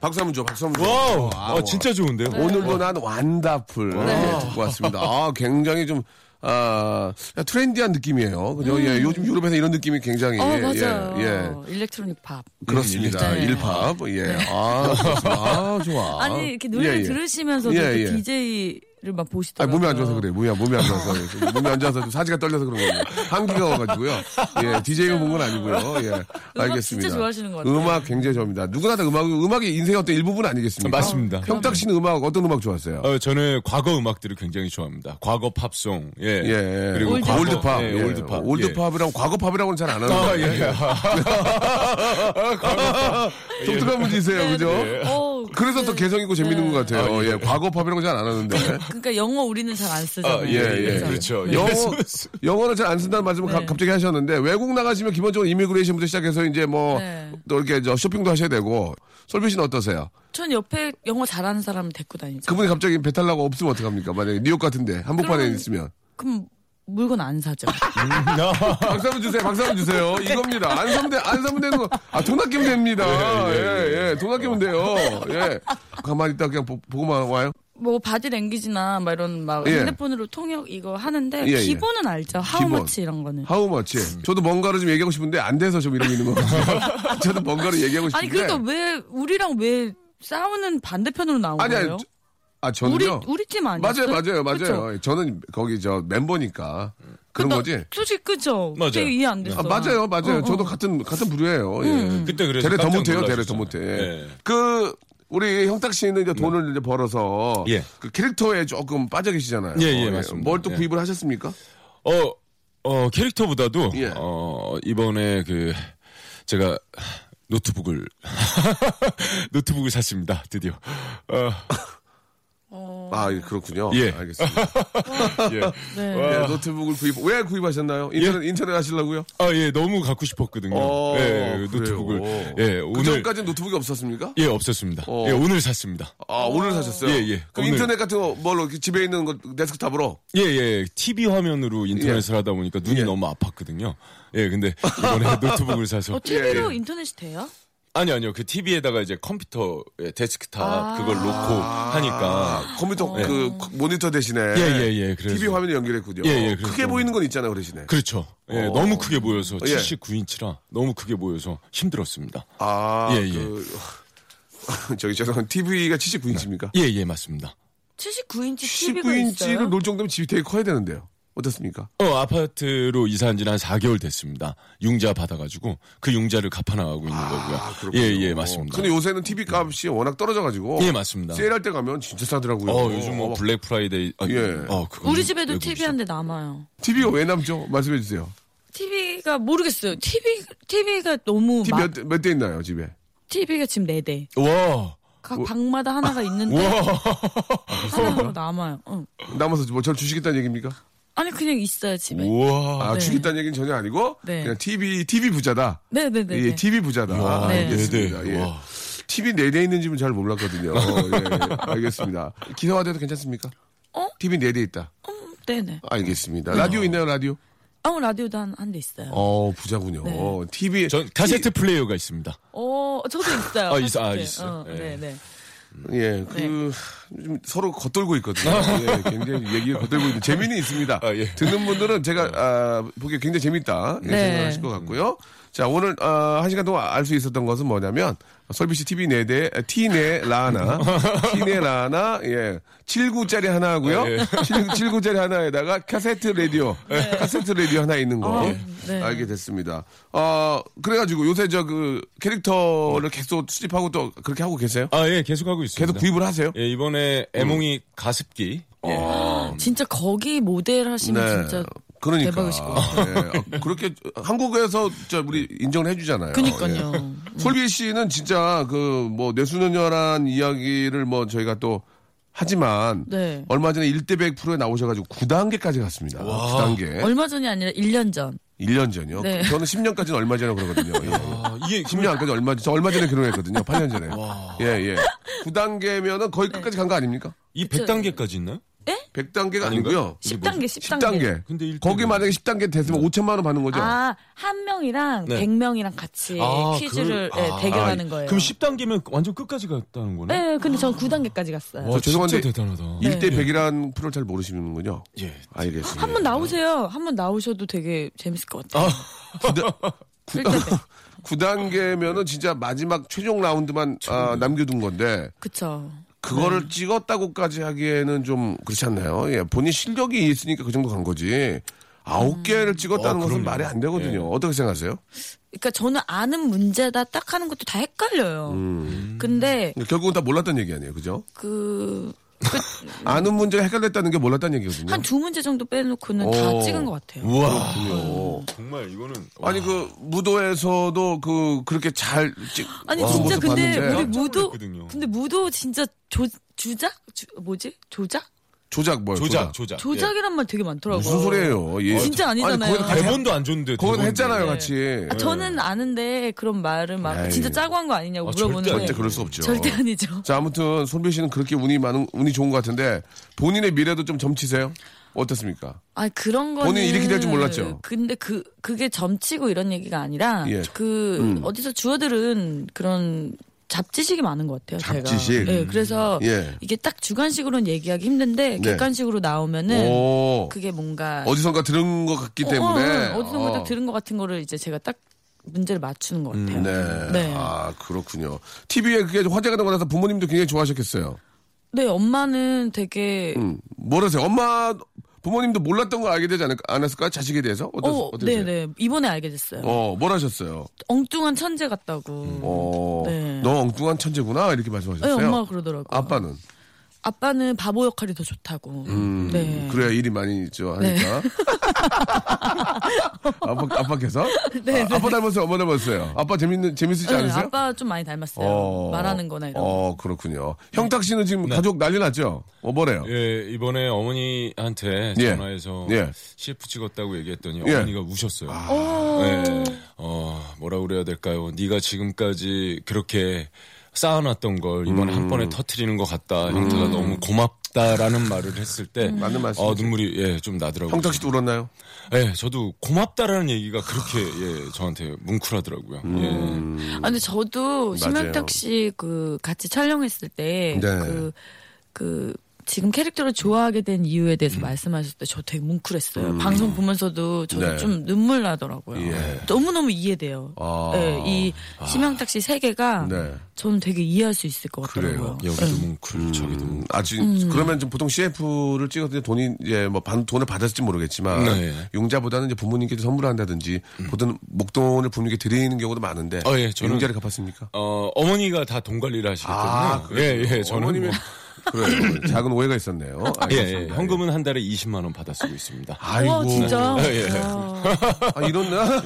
[SPEAKER 1] 박수 한번 줘. 박수 한번 줘.
[SPEAKER 2] 와우.
[SPEAKER 1] 아,
[SPEAKER 2] 아,
[SPEAKER 1] 와.
[SPEAKER 2] 진짜 네. 좋은데요?
[SPEAKER 1] 오늘도 난 완다풀 예, 듣고 왔습니다. 아, 굉장히 좀 아, 트렌디한 느낌이에요. 그죠? 예, 요즘 유럽에서 이런 느낌이 굉장히
[SPEAKER 3] 음. 어,
[SPEAKER 1] 예,
[SPEAKER 3] 맞아요.
[SPEAKER 1] 예, 예.
[SPEAKER 3] 일렉트로닉 팝.
[SPEAKER 1] 그렇습니다.
[SPEAKER 3] 네.
[SPEAKER 1] 일팝. 예. 아, 그렇습니다. 아, 좋아.
[SPEAKER 3] 아니, 이렇게 노래를
[SPEAKER 1] 예, 예.
[SPEAKER 3] 들으시면서
[SPEAKER 1] 예,
[SPEAKER 3] 예,
[SPEAKER 1] 예.
[SPEAKER 3] DJ를 막
[SPEAKER 1] 아,
[SPEAKER 3] 보시더라고요.
[SPEAKER 1] 몸이 안 좋아서 그래. 몸이 안, 몸이 안 좋아서. 몸이 안 좋아서 좀 사지가 떨려서 그런 거예요. 한기가 와가지고요. 예, DJ가 본 건 아니고요. 예. 알겠습니다.
[SPEAKER 3] 진짜 좋아하시는 것 같아요.
[SPEAKER 1] 음악 굉장히 좋아합니다. 누구나 다 음악, 음악이 인생의 어떤 일부분 아니겠습니까?
[SPEAKER 2] 맞습니다.
[SPEAKER 1] 형탁 씨는 음악, 어떤 음악 좋아하세요?
[SPEAKER 2] 어, 저는 과거 음악들을 굉장히 좋아합니다. 과거 팝송, 예.
[SPEAKER 1] 예.
[SPEAKER 2] 그리고
[SPEAKER 3] 올드팝.
[SPEAKER 2] 과거-
[SPEAKER 1] 올드팝.
[SPEAKER 2] 예,
[SPEAKER 1] 예.
[SPEAKER 2] 올드팝. 예.
[SPEAKER 1] 올드팝이랑 과거팝이라고는 잘 안 하는
[SPEAKER 2] 아,
[SPEAKER 1] 거예요.
[SPEAKER 2] 예.
[SPEAKER 1] 독특한 분이세요. 그죠?
[SPEAKER 3] 어,
[SPEAKER 1] 그래서 더 개성 있고 재밌는
[SPEAKER 3] 네.
[SPEAKER 1] 것 같아요.
[SPEAKER 2] 아,
[SPEAKER 1] 예, 과거 팝이라고 잘 안 하는데.
[SPEAKER 3] 그러니까 영어 우리는 잘 안 쓰잖아요.
[SPEAKER 2] 아,
[SPEAKER 1] 예, 예.
[SPEAKER 3] 그래서.
[SPEAKER 2] 그렇죠. 예.
[SPEAKER 1] 영어,
[SPEAKER 2] 그래서-
[SPEAKER 1] 영어를 잘 안 쓴다는 말씀을 가-
[SPEAKER 3] 네.
[SPEAKER 1] 갑자기 하셨는데, 외국 나가시면 기본적으로 이미그레이션부터 시작해서 이제 뭐,
[SPEAKER 3] 네.
[SPEAKER 1] 또 이렇게 저 쇼핑도 하셔야 되고, 솔비 씨는 어떠세요?
[SPEAKER 3] 전 옆에 영어 잘하는 사람 데리고 다니죠.
[SPEAKER 1] 그분이 갑자기 배탈 나고 없으면 어떡합니까? 만약에 뉴욕 같은데, 한복판에
[SPEAKER 3] 그럼-
[SPEAKER 1] 있으면.
[SPEAKER 3] 그럼 물건 안 사죠.
[SPEAKER 2] 아, 예.
[SPEAKER 1] 박수 한번 주세요, 박수 한번 주세요. 이겁니다. 안 사면 돼, 안 사면 되는 거. 아, 돈 아끼면 됩니다. 예, 예. 돈 아끼면 돼요. 예. 가만히 있다 그냥 보, 보고만 와요?
[SPEAKER 3] 뭐 바디 랭귀지나 막 이런 막
[SPEAKER 1] 예.
[SPEAKER 3] 핸드폰으로 통역 이거 하는데
[SPEAKER 1] 예, 예.
[SPEAKER 3] 기본은 알죠.
[SPEAKER 1] 기본.
[SPEAKER 3] 하우머치 이런 거는.
[SPEAKER 1] 하우머치. 저도 뭔가를 좀 얘기하고 싶은데, 안 돼서 좀 이러고 있는 거거든요. 저도 뭔가를 얘기하고 싶은데.
[SPEAKER 3] 아니 그러니까 왜 우리랑 왜 싸우는 반대편으로 나온
[SPEAKER 1] 아니, 아니,
[SPEAKER 3] 거예요?
[SPEAKER 1] 저- 아,
[SPEAKER 3] 우리
[SPEAKER 1] 저는요.
[SPEAKER 3] 우리 팀 아니었어요?
[SPEAKER 1] 맞아요, 맞아요, 맞아요.
[SPEAKER 3] 그쵸?
[SPEAKER 1] 저는 거기 저 멤버니까 그런
[SPEAKER 3] 나-
[SPEAKER 1] 거지.
[SPEAKER 3] 솔직히 그죠.
[SPEAKER 2] 맞아요.
[SPEAKER 3] 되게 이해 안 됐어. 음,
[SPEAKER 1] 아, 맞아요, 맞아요. 저도 같은 같은 부류예요. 예.
[SPEAKER 2] 그때 그래서
[SPEAKER 1] 대래 더
[SPEAKER 2] 깜짝
[SPEAKER 1] 못해요, 대래 더
[SPEAKER 2] 놀라셨잖아요.
[SPEAKER 1] 못해.
[SPEAKER 2] 예. 네.
[SPEAKER 1] 그 우리 형탁 씨는 이제 돈을 이제 벌어서
[SPEAKER 2] 예.
[SPEAKER 1] 그 캐릭터에 조금 빠져 계시잖아요.
[SPEAKER 2] 예, 예, 맞습니다.
[SPEAKER 1] 뭘 또
[SPEAKER 2] 예.
[SPEAKER 1] 구입을 하셨습니까?
[SPEAKER 2] 어, 어, 캐릭터보다도,
[SPEAKER 1] 예.
[SPEAKER 2] 어, 이번에 그, 제가 노트북을, 노트북을 샀습니다, 드디어. 어,
[SPEAKER 3] 어.
[SPEAKER 1] 아, 예, 그렇군요.
[SPEAKER 2] 예.
[SPEAKER 1] 알겠습니다.
[SPEAKER 2] 예.
[SPEAKER 3] 네.
[SPEAKER 1] 예, 노트북을 구입 왜 구입하셨나요? 인터넷 인터넷 하시려고요?
[SPEAKER 2] 아, 예, 너무 갖고 싶었거든요.
[SPEAKER 1] 어,
[SPEAKER 2] 예,
[SPEAKER 1] 그래요.
[SPEAKER 2] 노트북을. 예,
[SPEAKER 1] 그
[SPEAKER 2] 오늘.
[SPEAKER 1] 전까지 는 노트북이 없었습니까?
[SPEAKER 2] 예, 없었습니다.
[SPEAKER 1] 어.
[SPEAKER 2] 예, 오늘 샀습니다.
[SPEAKER 1] 아, 오늘 사셨어요?
[SPEAKER 2] 예, 예.
[SPEAKER 1] 그럼
[SPEAKER 2] 오늘.
[SPEAKER 1] 인터넷 같은 거 뭘로 이렇게 집에 있는 거 데스크탑으로
[SPEAKER 2] 예, 예. TV 화면으로 인터넷을
[SPEAKER 1] 예.
[SPEAKER 2] 하다 보니까 눈이 너무 아팠거든요. 예, 근데 이번에 노트북을 사서.
[SPEAKER 3] 어,
[SPEAKER 1] 예,
[SPEAKER 3] TV로 인터넷이 돼요?
[SPEAKER 2] 아니, 아니요. 그 TV에다가 이제 컴퓨터, 예, 데스크탑 그걸 놓고 하니까.
[SPEAKER 1] 컴퓨터 그 모니터 대신에
[SPEAKER 2] 예, 예, 예. 그래서.
[SPEAKER 1] TV 화면에 연결했군요.
[SPEAKER 2] 예, 예, 그래서
[SPEAKER 1] 크게
[SPEAKER 2] 좀-
[SPEAKER 1] 보이는 건 있잖아요, 그 대신에.
[SPEAKER 2] 그렇죠. 예,
[SPEAKER 1] 어.
[SPEAKER 2] 너무 크게 보여서
[SPEAKER 1] 예.
[SPEAKER 2] 79인치라 너무 크게 보여서 힘들었습니다.
[SPEAKER 1] 아,
[SPEAKER 2] 예, 예.
[SPEAKER 1] 그... 저기 죄송한 TV가 79인치입니까?
[SPEAKER 2] 예, 예, 맞습니다.
[SPEAKER 3] 79인치 TV가 있어요?
[SPEAKER 1] 19인치를 놀 정도면 집이 되게 커야 되는데요. 어떻습니까?
[SPEAKER 2] 어, 아파트로 이사한 지는 한 4개월 됐습니다. 융자 받아가지고 그 융자를 갚아나가고 있는 거고요.
[SPEAKER 1] 그렇군요.
[SPEAKER 2] 예, 예, 맞습니다.
[SPEAKER 1] 근데 요새는 TV 값이 워낙 떨어져가지고
[SPEAKER 2] 예, 맞습니다.
[SPEAKER 1] 세일할 때 가면 진짜 싸더라고요.
[SPEAKER 2] 어, 요즘 뭐 블랙 프라이데이. 아,
[SPEAKER 1] 예.
[SPEAKER 2] 어, 그거는
[SPEAKER 3] 우리 집에도
[SPEAKER 2] 외국이죠.
[SPEAKER 3] TV 한 대 남아요.
[SPEAKER 1] TV가 왜 남죠? 말씀해 주세요.
[SPEAKER 3] TV가 모르겠어요. TV TV가 너무
[SPEAKER 1] TV
[SPEAKER 3] 막
[SPEAKER 1] 몇 대 있나요, 집에?
[SPEAKER 3] TV가 지금 4대.
[SPEAKER 2] 와.
[SPEAKER 3] 각
[SPEAKER 1] 뭐-
[SPEAKER 3] 방마다 하나가 있는데
[SPEAKER 2] 어.
[SPEAKER 3] 하나가 남아요. 응.
[SPEAKER 1] 남아서 뭐 저를 주시겠다는 얘기입니까?
[SPEAKER 3] 아니 그냥 있어요 집에.
[SPEAKER 2] 우와.
[SPEAKER 1] 아,
[SPEAKER 3] 네.
[SPEAKER 1] 주겠다는 얘기는 전혀 아니고
[SPEAKER 3] 네.
[SPEAKER 1] 그냥 TV TV 부자다.
[SPEAKER 3] 네네네.
[SPEAKER 1] 예, TV 부자다. 아,
[SPEAKER 3] 네.
[SPEAKER 1] 알겠습니다.
[SPEAKER 2] 네, 네.
[SPEAKER 1] 예.
[SPEAKER 2] 와.
[SPEAKER 1] TV 네대 있는 집은 잘 몰랐거든요. 예, 알겠습니다. 기사화돼도 괜찮습니까?
[SPEAKER 3] 어?
[SPEAKER 1] TV 네대 있다.
[SPEAKER 3] 음, 네네.
[SPEAKER 1] 알겠습니다. 라디오 있나요, 라디오?
[SPEAKER 3] 아무 라디오도 한 한 대 있어요. 어,
[SPEAKER 1] 어, 부자군요. TV.
[SPEAKER 2] 전 카세트 플레이어가 있습니다.
[SPEAKER 3] 저도 있어요.
[SPEAKER 2] 아, 있어- 아,
[SPEAKER 3] 솔직히.
[SPEAKER 2] 있어요.
[SPEAKER 3] 어,
[SPEAKER 2] 예.
[SPEAKER 3] 네네. 아.
[SPEAKER 1] 예, 그, 좀 서로 겉돌고 있거든요. 예, 굉장히 얘기가 겉돌고 있는데 재미는 있습니다.
[SPEAKER 2] 아, 예.
[SPEAKER 1] 듣는 분들은 제가, 아, 보기에 굉장히 재밌다. 이렇게
[SPEAKER 3] 네.
[SPEAKER 1] 생각하실 것 같고요. 자, 오늘, 아, 한 시간 동안 알 수 있었던 것은 뭐냐면, 설비씨 TV 네대 T네 라나, T네 라나, 예, 7구짜리 하나 하고요.
[SPEAKER 3] 네.
[SPEAKER 2] 아, 예.
[SPEAKER 1] 7, 구짜리 하나에다가 카세트 라디오, 카세트 라디오 하나 있는 거.
[SPEAKER 3] 아, 네.
[SPEAKER 1] 알게 됐습니다. 어, 그래가지고 요새 저 그 캐릭터를 계속 수집하고 또 그렇게 하고 계세요?
[SPEAKER 2] 아, 예, 계속 하고 있습니다.
[SPEAKER 1] 계속 음. 구입을 하세요?
[SPEAKER 2] 예, 이번에 애몽이 가습기. 예.
[SPEAKER 3] 진짜 거기 모델 하시면
[SPEAKER 2] 네.
[SPEAKER 3] 진짜
[SPEAKER 1] 네.
[SPEAKER 2] 어,
[SPEAKER 1] 그러니까.
[SPEAKER 3] 대박이실 것 같아요.
[SPEAKER 1] 예. 아, 그렇게 한국에서 저 우리 인정을 해주잖아요.
[SPEAKER 3] 그니까요. 네.
[SPEAKER 1] 예. 솔비 씨는 진짜 그 뭐 뇌수녀녀란 이야기를 뭐 저희가 또 하지만
[SPEAKER 3] 네.
[SPEAKER 1] 얼마 전에 1대100 프로에 나오셔가지고 9단계까지 갔습니다.
[SPEAKER 2] 예?
[SPEAKER 1] 9단계.
[SPEAKER 3] 얼마 전이 아니라 1년 전.
[SPEAKER 1] 1년 전이요.
[SPEAKER 3] 네.
[SPEAKER 1] 저는 10년까지는 얼마 전에 그러거든요. 예.
[SPEAKER 2] 아, 이게
[SPEAKER 1] 10년까지 얼마 전, 저 얼마 전에 결혼했거든요. 8년 전에. 예, 예. 9단계면은 거의
[SPEAKER 3] 네.
[SPEAKER 1] 끝까지 간 거 아닙니까?
[SPEAKER 2] 이 100단계까지 있나요?
[SPEAKER 1] 100단계가
[SPEAKER 2] 아닌가요?
[SPEAKER 1] 아니고요.
[SPEAKER 3] 10단계, 10단계.
[SPEAKER 1] 10단계.
[SPEAKER 2] 근데 일등은-
[SPEAKER 1] 거기 만약에 10단계 됐으면 5천만 원 받는 거죠?
[SPEAKER 3] 아, 한 명이랑
[SPEAKER 2] 네.
[SPEAKER 3] 100명이랑 같이
[SPEAKER 2] 아,
[SPEAKER 3] 예, 퀴즈를
[SPEAKER 2] 그걸-
[SPEAKER 3] 예,
[SPEAKER 2] 아,
[SPEAKER 3] 대결하는 거예요.
[SPEAKER 2] 그럼 10단계면 완전 끝까지 갔다는 거네.
[SPEAKER 3] 네, 근데 전 9단계까지 갔어요.
[SPEAKER 2] 뭐?
[SPEAKER 1] 저 죄송한데
[SPEAKER 2] 진짜 대단하다.
[SPEAKER 3] 네.
[SPEAKER 1] 1대 100이란 프로를 잘 모르시는군요.
[SPEAKER 2] 예.
[SPEAKER 1] 알겠습니다.
[SPEAKER 3] 한 번 나오세요. 한 번 나오셔도 되게 재밌을 것 같아요. 네. 일대백.
[SPEAKER 1] 9단계면은 진짜 마지막 최종 라운드만 아, 남겨둔 건데
[SPEAKER 3] 그쵸.
[SPEAKER 1] 그거를
[SPEAKER 2] 네.
[SPEAKER 1] 찍었다고까지 하기에는 좀 그렇지 않나요? 예, 본인 실력이 있으니까 그 정도 간 거지.
[SPEAKER 3] 음.
[SPEAKER 1] 아홉 개를 찍었다는
[SPEAKER 2] 어,
[SPEAKER 1] 것은
[SPEAKER 2] 그럼요. 예.
[SPEAKER 1] 말이 안 되거든요. 어떻게 생각하세요?
[SPEAKER 3] 그러니까 저는 아는 문제다
[SPEAKER 1] 음.
[SPEAKER 3] 딱 하는 것도 다 헷갈려요. 근데
[SPEAKER 1] 그러니까 결국은 다 몰랐던 얘기 아니에요, 그죠?
[SPEAKER 3] 그
[SPEAKER 1] 아는 문제 해결됐다는 게 몰랐다는 얘기거든요.
[SPEAKER 3] 한 두 문제 정도 빼놓고는 다
[SPEAKER 1] 오.
[SPEAKER 3] 찍은 것 같아요.
[SPEAKER 2] 우와. 정말 이거는 와.
[SPEAKER 1] 아니 그 무도에서도 그 그렇게 잘 찍,
[SPEAKER 3] 아니
[SPEAKER 1] 그런
[SPEAKER 3] 진짜
[SPEAKER 1] 모습
[SPEAKER 3] 근데
[SPEAKER 1] 봤는데
[SPEAKER 3] 우리
[SPEAKER 2] 깜짝
[SPEAKER 3] 무도
[SPEAKER 2] 놀랐거든요.
[SPEAKER 3] 근데 무도 진짜 조 주작 주, 뭐지 조작
[SPEAKER 1] 조작 뭐예요?
[SPEAKER 2] 조작, 조작.
[SPEAKER 3] 조작이란 말 되게 많더라고요.
[SPEAKER 1] 아, 무슨 소리예요? 예.
[SPEAKER 3] 어. 진짜 아니잖아요.
[SPEAKER 1] 아니,
[SPEAKER 2] 예.
[SPEAKER 1] 거기는, 같이,
[SPEAKER 2] 대본도 안 줬는데.
[SPEAKER 1] 거기는
[SPEAKER 2] 대본도.
[SPEAKER 1] 했잖아요, 같이.
[SPEAKER 3] 아, 저는 아는데 그런 말을 막
[SPEAKER 1] 에이.
[SPEAKER 3] 진짜 짜고 한 거 아니냐고
[SPEAKER 2] 아,
[SPEAKER 3] 물어보는데
[SPEAKER 1] 절대
[SPEAKER 2] 절대
[SPEAKER 1] 그렇죠. 그럴 수 없죠.
[SPEAKER 3] 절대 아니죠.
[SPEAKER 1] 자, 아무튼 손빈 씨는 그렇게 운이 많은 운이 좋은 것 같은데 본인의 미래도 좀 점치세요. 어떻습니까?
[SPEAKER 3] 아 그런 거는
[SPEAKER 1] 본인이 이렇게 될 줄 몰랐죠?
[SPEAKER 3] 근데 그 그게 점치고 이런 얘기가 아니라
[SPEAKER 1] 예.
[SPEAKER 3] 그 어디서 주워들은 그런 잡지식이 많은 것 같아요.
[SPEAKER 1] 잡지식?
[SPEAKER 3] 제가. 예, 그래서
[SPEAKER 1] 예.
[SPEAKER 3] 이게 딱 주관식으로는 얘기하기 힘든데
[SPEAKER 1] 네.
[SPEAKER 3] 객관식으로 나오면은
[SPEAKER 1] 오.
[SPEAKER 3] 그게 뭔가
[SPEAKER 1] 어디선가 들은 것 같기 때문에
[SPEAKER 3] 어, 디선가
[SPEAKER 1] 어.
[SPEAKER 3] 딱 들은 것 같은 거를 이제 제가 딱 문제를 맞추는 것 같아요.
[SPEAKER 1] 네.
[SPEAKER 3] 네.
[SPEAKER 1] 아, 그렇군요. TV에 그게 화제가 되고 나서 부모님도 굉장히 좋아하셨겠어요.
[SPEAKER 3] 네, 엄마는 되게
[SPEAKER 1] 음. 뭐라세요? 엄마, 부모님도 몰랐던 걸 알게 되지 않을까, 않았을까? 자식에 대해서? 어떠,
[SPEAKER 3] 어,
[SPEAKER 1] 어떠세요?
[SPEAKER 3] 네네. 이번에 알게 됐어요.
[SPEAKER 1] 어, 뭘 하셨어요?
[SPEAKER 3] 엉뚱한 천재 같다고.
[SPEAKER 1] 어,
[SPEAKER 3] 네.
[SPEAKER 1] 너 엉뚱한 천재구나? 이렇게
[SPEAKER 3] 네,
[SPEAKER 1] 말씀하셨어요.
[SPEAKER 3] 엄마가 그러더라고요.
[SPEAKER 1] 아빠는?
[SPEAKER 3] 아빠는 바보 역할이 더 좋다고.
[SPEAKER 1] 음,
[SPEAKER 3] 네.
[SPEAKER 1] 그래야 일이 많이 있죠. 하니까. 아빠, 아빠께서?
[SPEAKER 3] 네,
[SPEAKER 1] 아, 빠 닮았어요? 엄마 닮았어요? 아빠 재밌는, 재밌으지
[SPEAKER 3] 네,
[SPEAKER 1] 않으세요?
[SPEAKER 3] 아빠 좀 많이 닮았어요. 말하는 거나 이런. 거.
[SPEAKER 1] 어, 그렇군요. 형탁 씨는 지금 가족 난리 났죠? 어, 뭐래요?
[SPEAKER 2] 네. 예, 이번에 어머니한테
[SPEAKER 1] 예.
[SPEAKER 2] 전화해서
[SPEAKER 1] 예.
[SPEAKER 2] CF 찍었다고 얘기했더니
[SPEAKER 1] 예. 아.
[SPEAKER 2] 어머니가 우셨어요. 예. 어, 뭐라 그래야 될까요? 네가 지금까지 그렇게 쌓아놨던 걸 이번에
[SPEAKER 1] 음.
[SPEAKER 2] 한 번에 터트리는 것 같다. 형태가 너무 고맙다라는 말을 했을 때
[SPEAKER 1] 음. 맞는 말씀이죠.
[SPEAKER 2] 어, 눈물이 예, 좀 나더라고요.
[SPEAKER 1] 형탁 씨도 울었나요?
[SPEAKER 2] 예, 저도 고맙다라는 얘기가 그렇게 예, 저한테 뭉클하더라고요.
[SPEAKER 1] 음.
[SPEAKER 2] 예.
[SPEAKER 3] 아, 근데 저도 심현탁 씨 그 같이 촬영했을 때
[SPEAKER 1] 네.
[SPEAKER 3] 그 그 지금 캐릭터를 좋아하게 된 이유에
[SPEAKER 1] 음.
[SPEAKER 3] 대해서 말씀하셨을 때 저 되게 뭉클했어요. 방송 보면서도 저도
[SPEAKER 1] 네.
[SPEAKER 3] 좀 눈물 나더라고요.
[SPEAKER 1] 예.
[SPEAKER 3] 너무너무 이해돼요.
[SPEAKER 1] 아.
[SPEAKER 3] 네, 이 심현탁 씨 세계가
[SPEAKER 1] 네.
[SPEAKER 3] 저는 되게 이해할 수 있을 것 같더라고요.
[SPEAKER 1] 그래요. 음.
[SPEAKER 3] 네.
[SPEAKER 2] 여기도 예, 뭉클, 저기도 뭉클.
[SPEAKER 1] 아직
[SPEAKER 3] 음.
[SPEAKER 1] 그러면 좀 보통 CF를 찍었을 때 돈이 이제 뭐 반, 돈을 받았을지 모르겠지만
[SPEAKER 2] 네.
[SPEAKER 1] 용자보다는 이제 부모님께 선물한다든지 보통 목돈을 부모님께 드리는 경우도 많은데
[SPEAKER 2] 어, 예, 저는-
[SPEAKER 1] 용자를 갚았습니까?
[SPEAKER 2] 어, 어머니가 다 돈 관리를 하시거든요. 예, 예, 저는
[SPEAKER 1] 아, 어머님의
[SPEAKER 2] 뭐-
[SPEAKER 1] 그래요. 작은 오해가 있었네요.
[SPEAKER 2] 예,
[SPEAKER 1] 알겠습니다.
[SPEAKER 2] 예, 현금은 한 달에 20만 원 받아 쓰고 있습니다.
[SPEAKER 1] 아이고
[SPEAKER 3] 와 어, 진짜. 어.
[SPEAKER 2] 예.
[SPEAKER 3] 와.
[SPEAKER 1] 아, 이런 나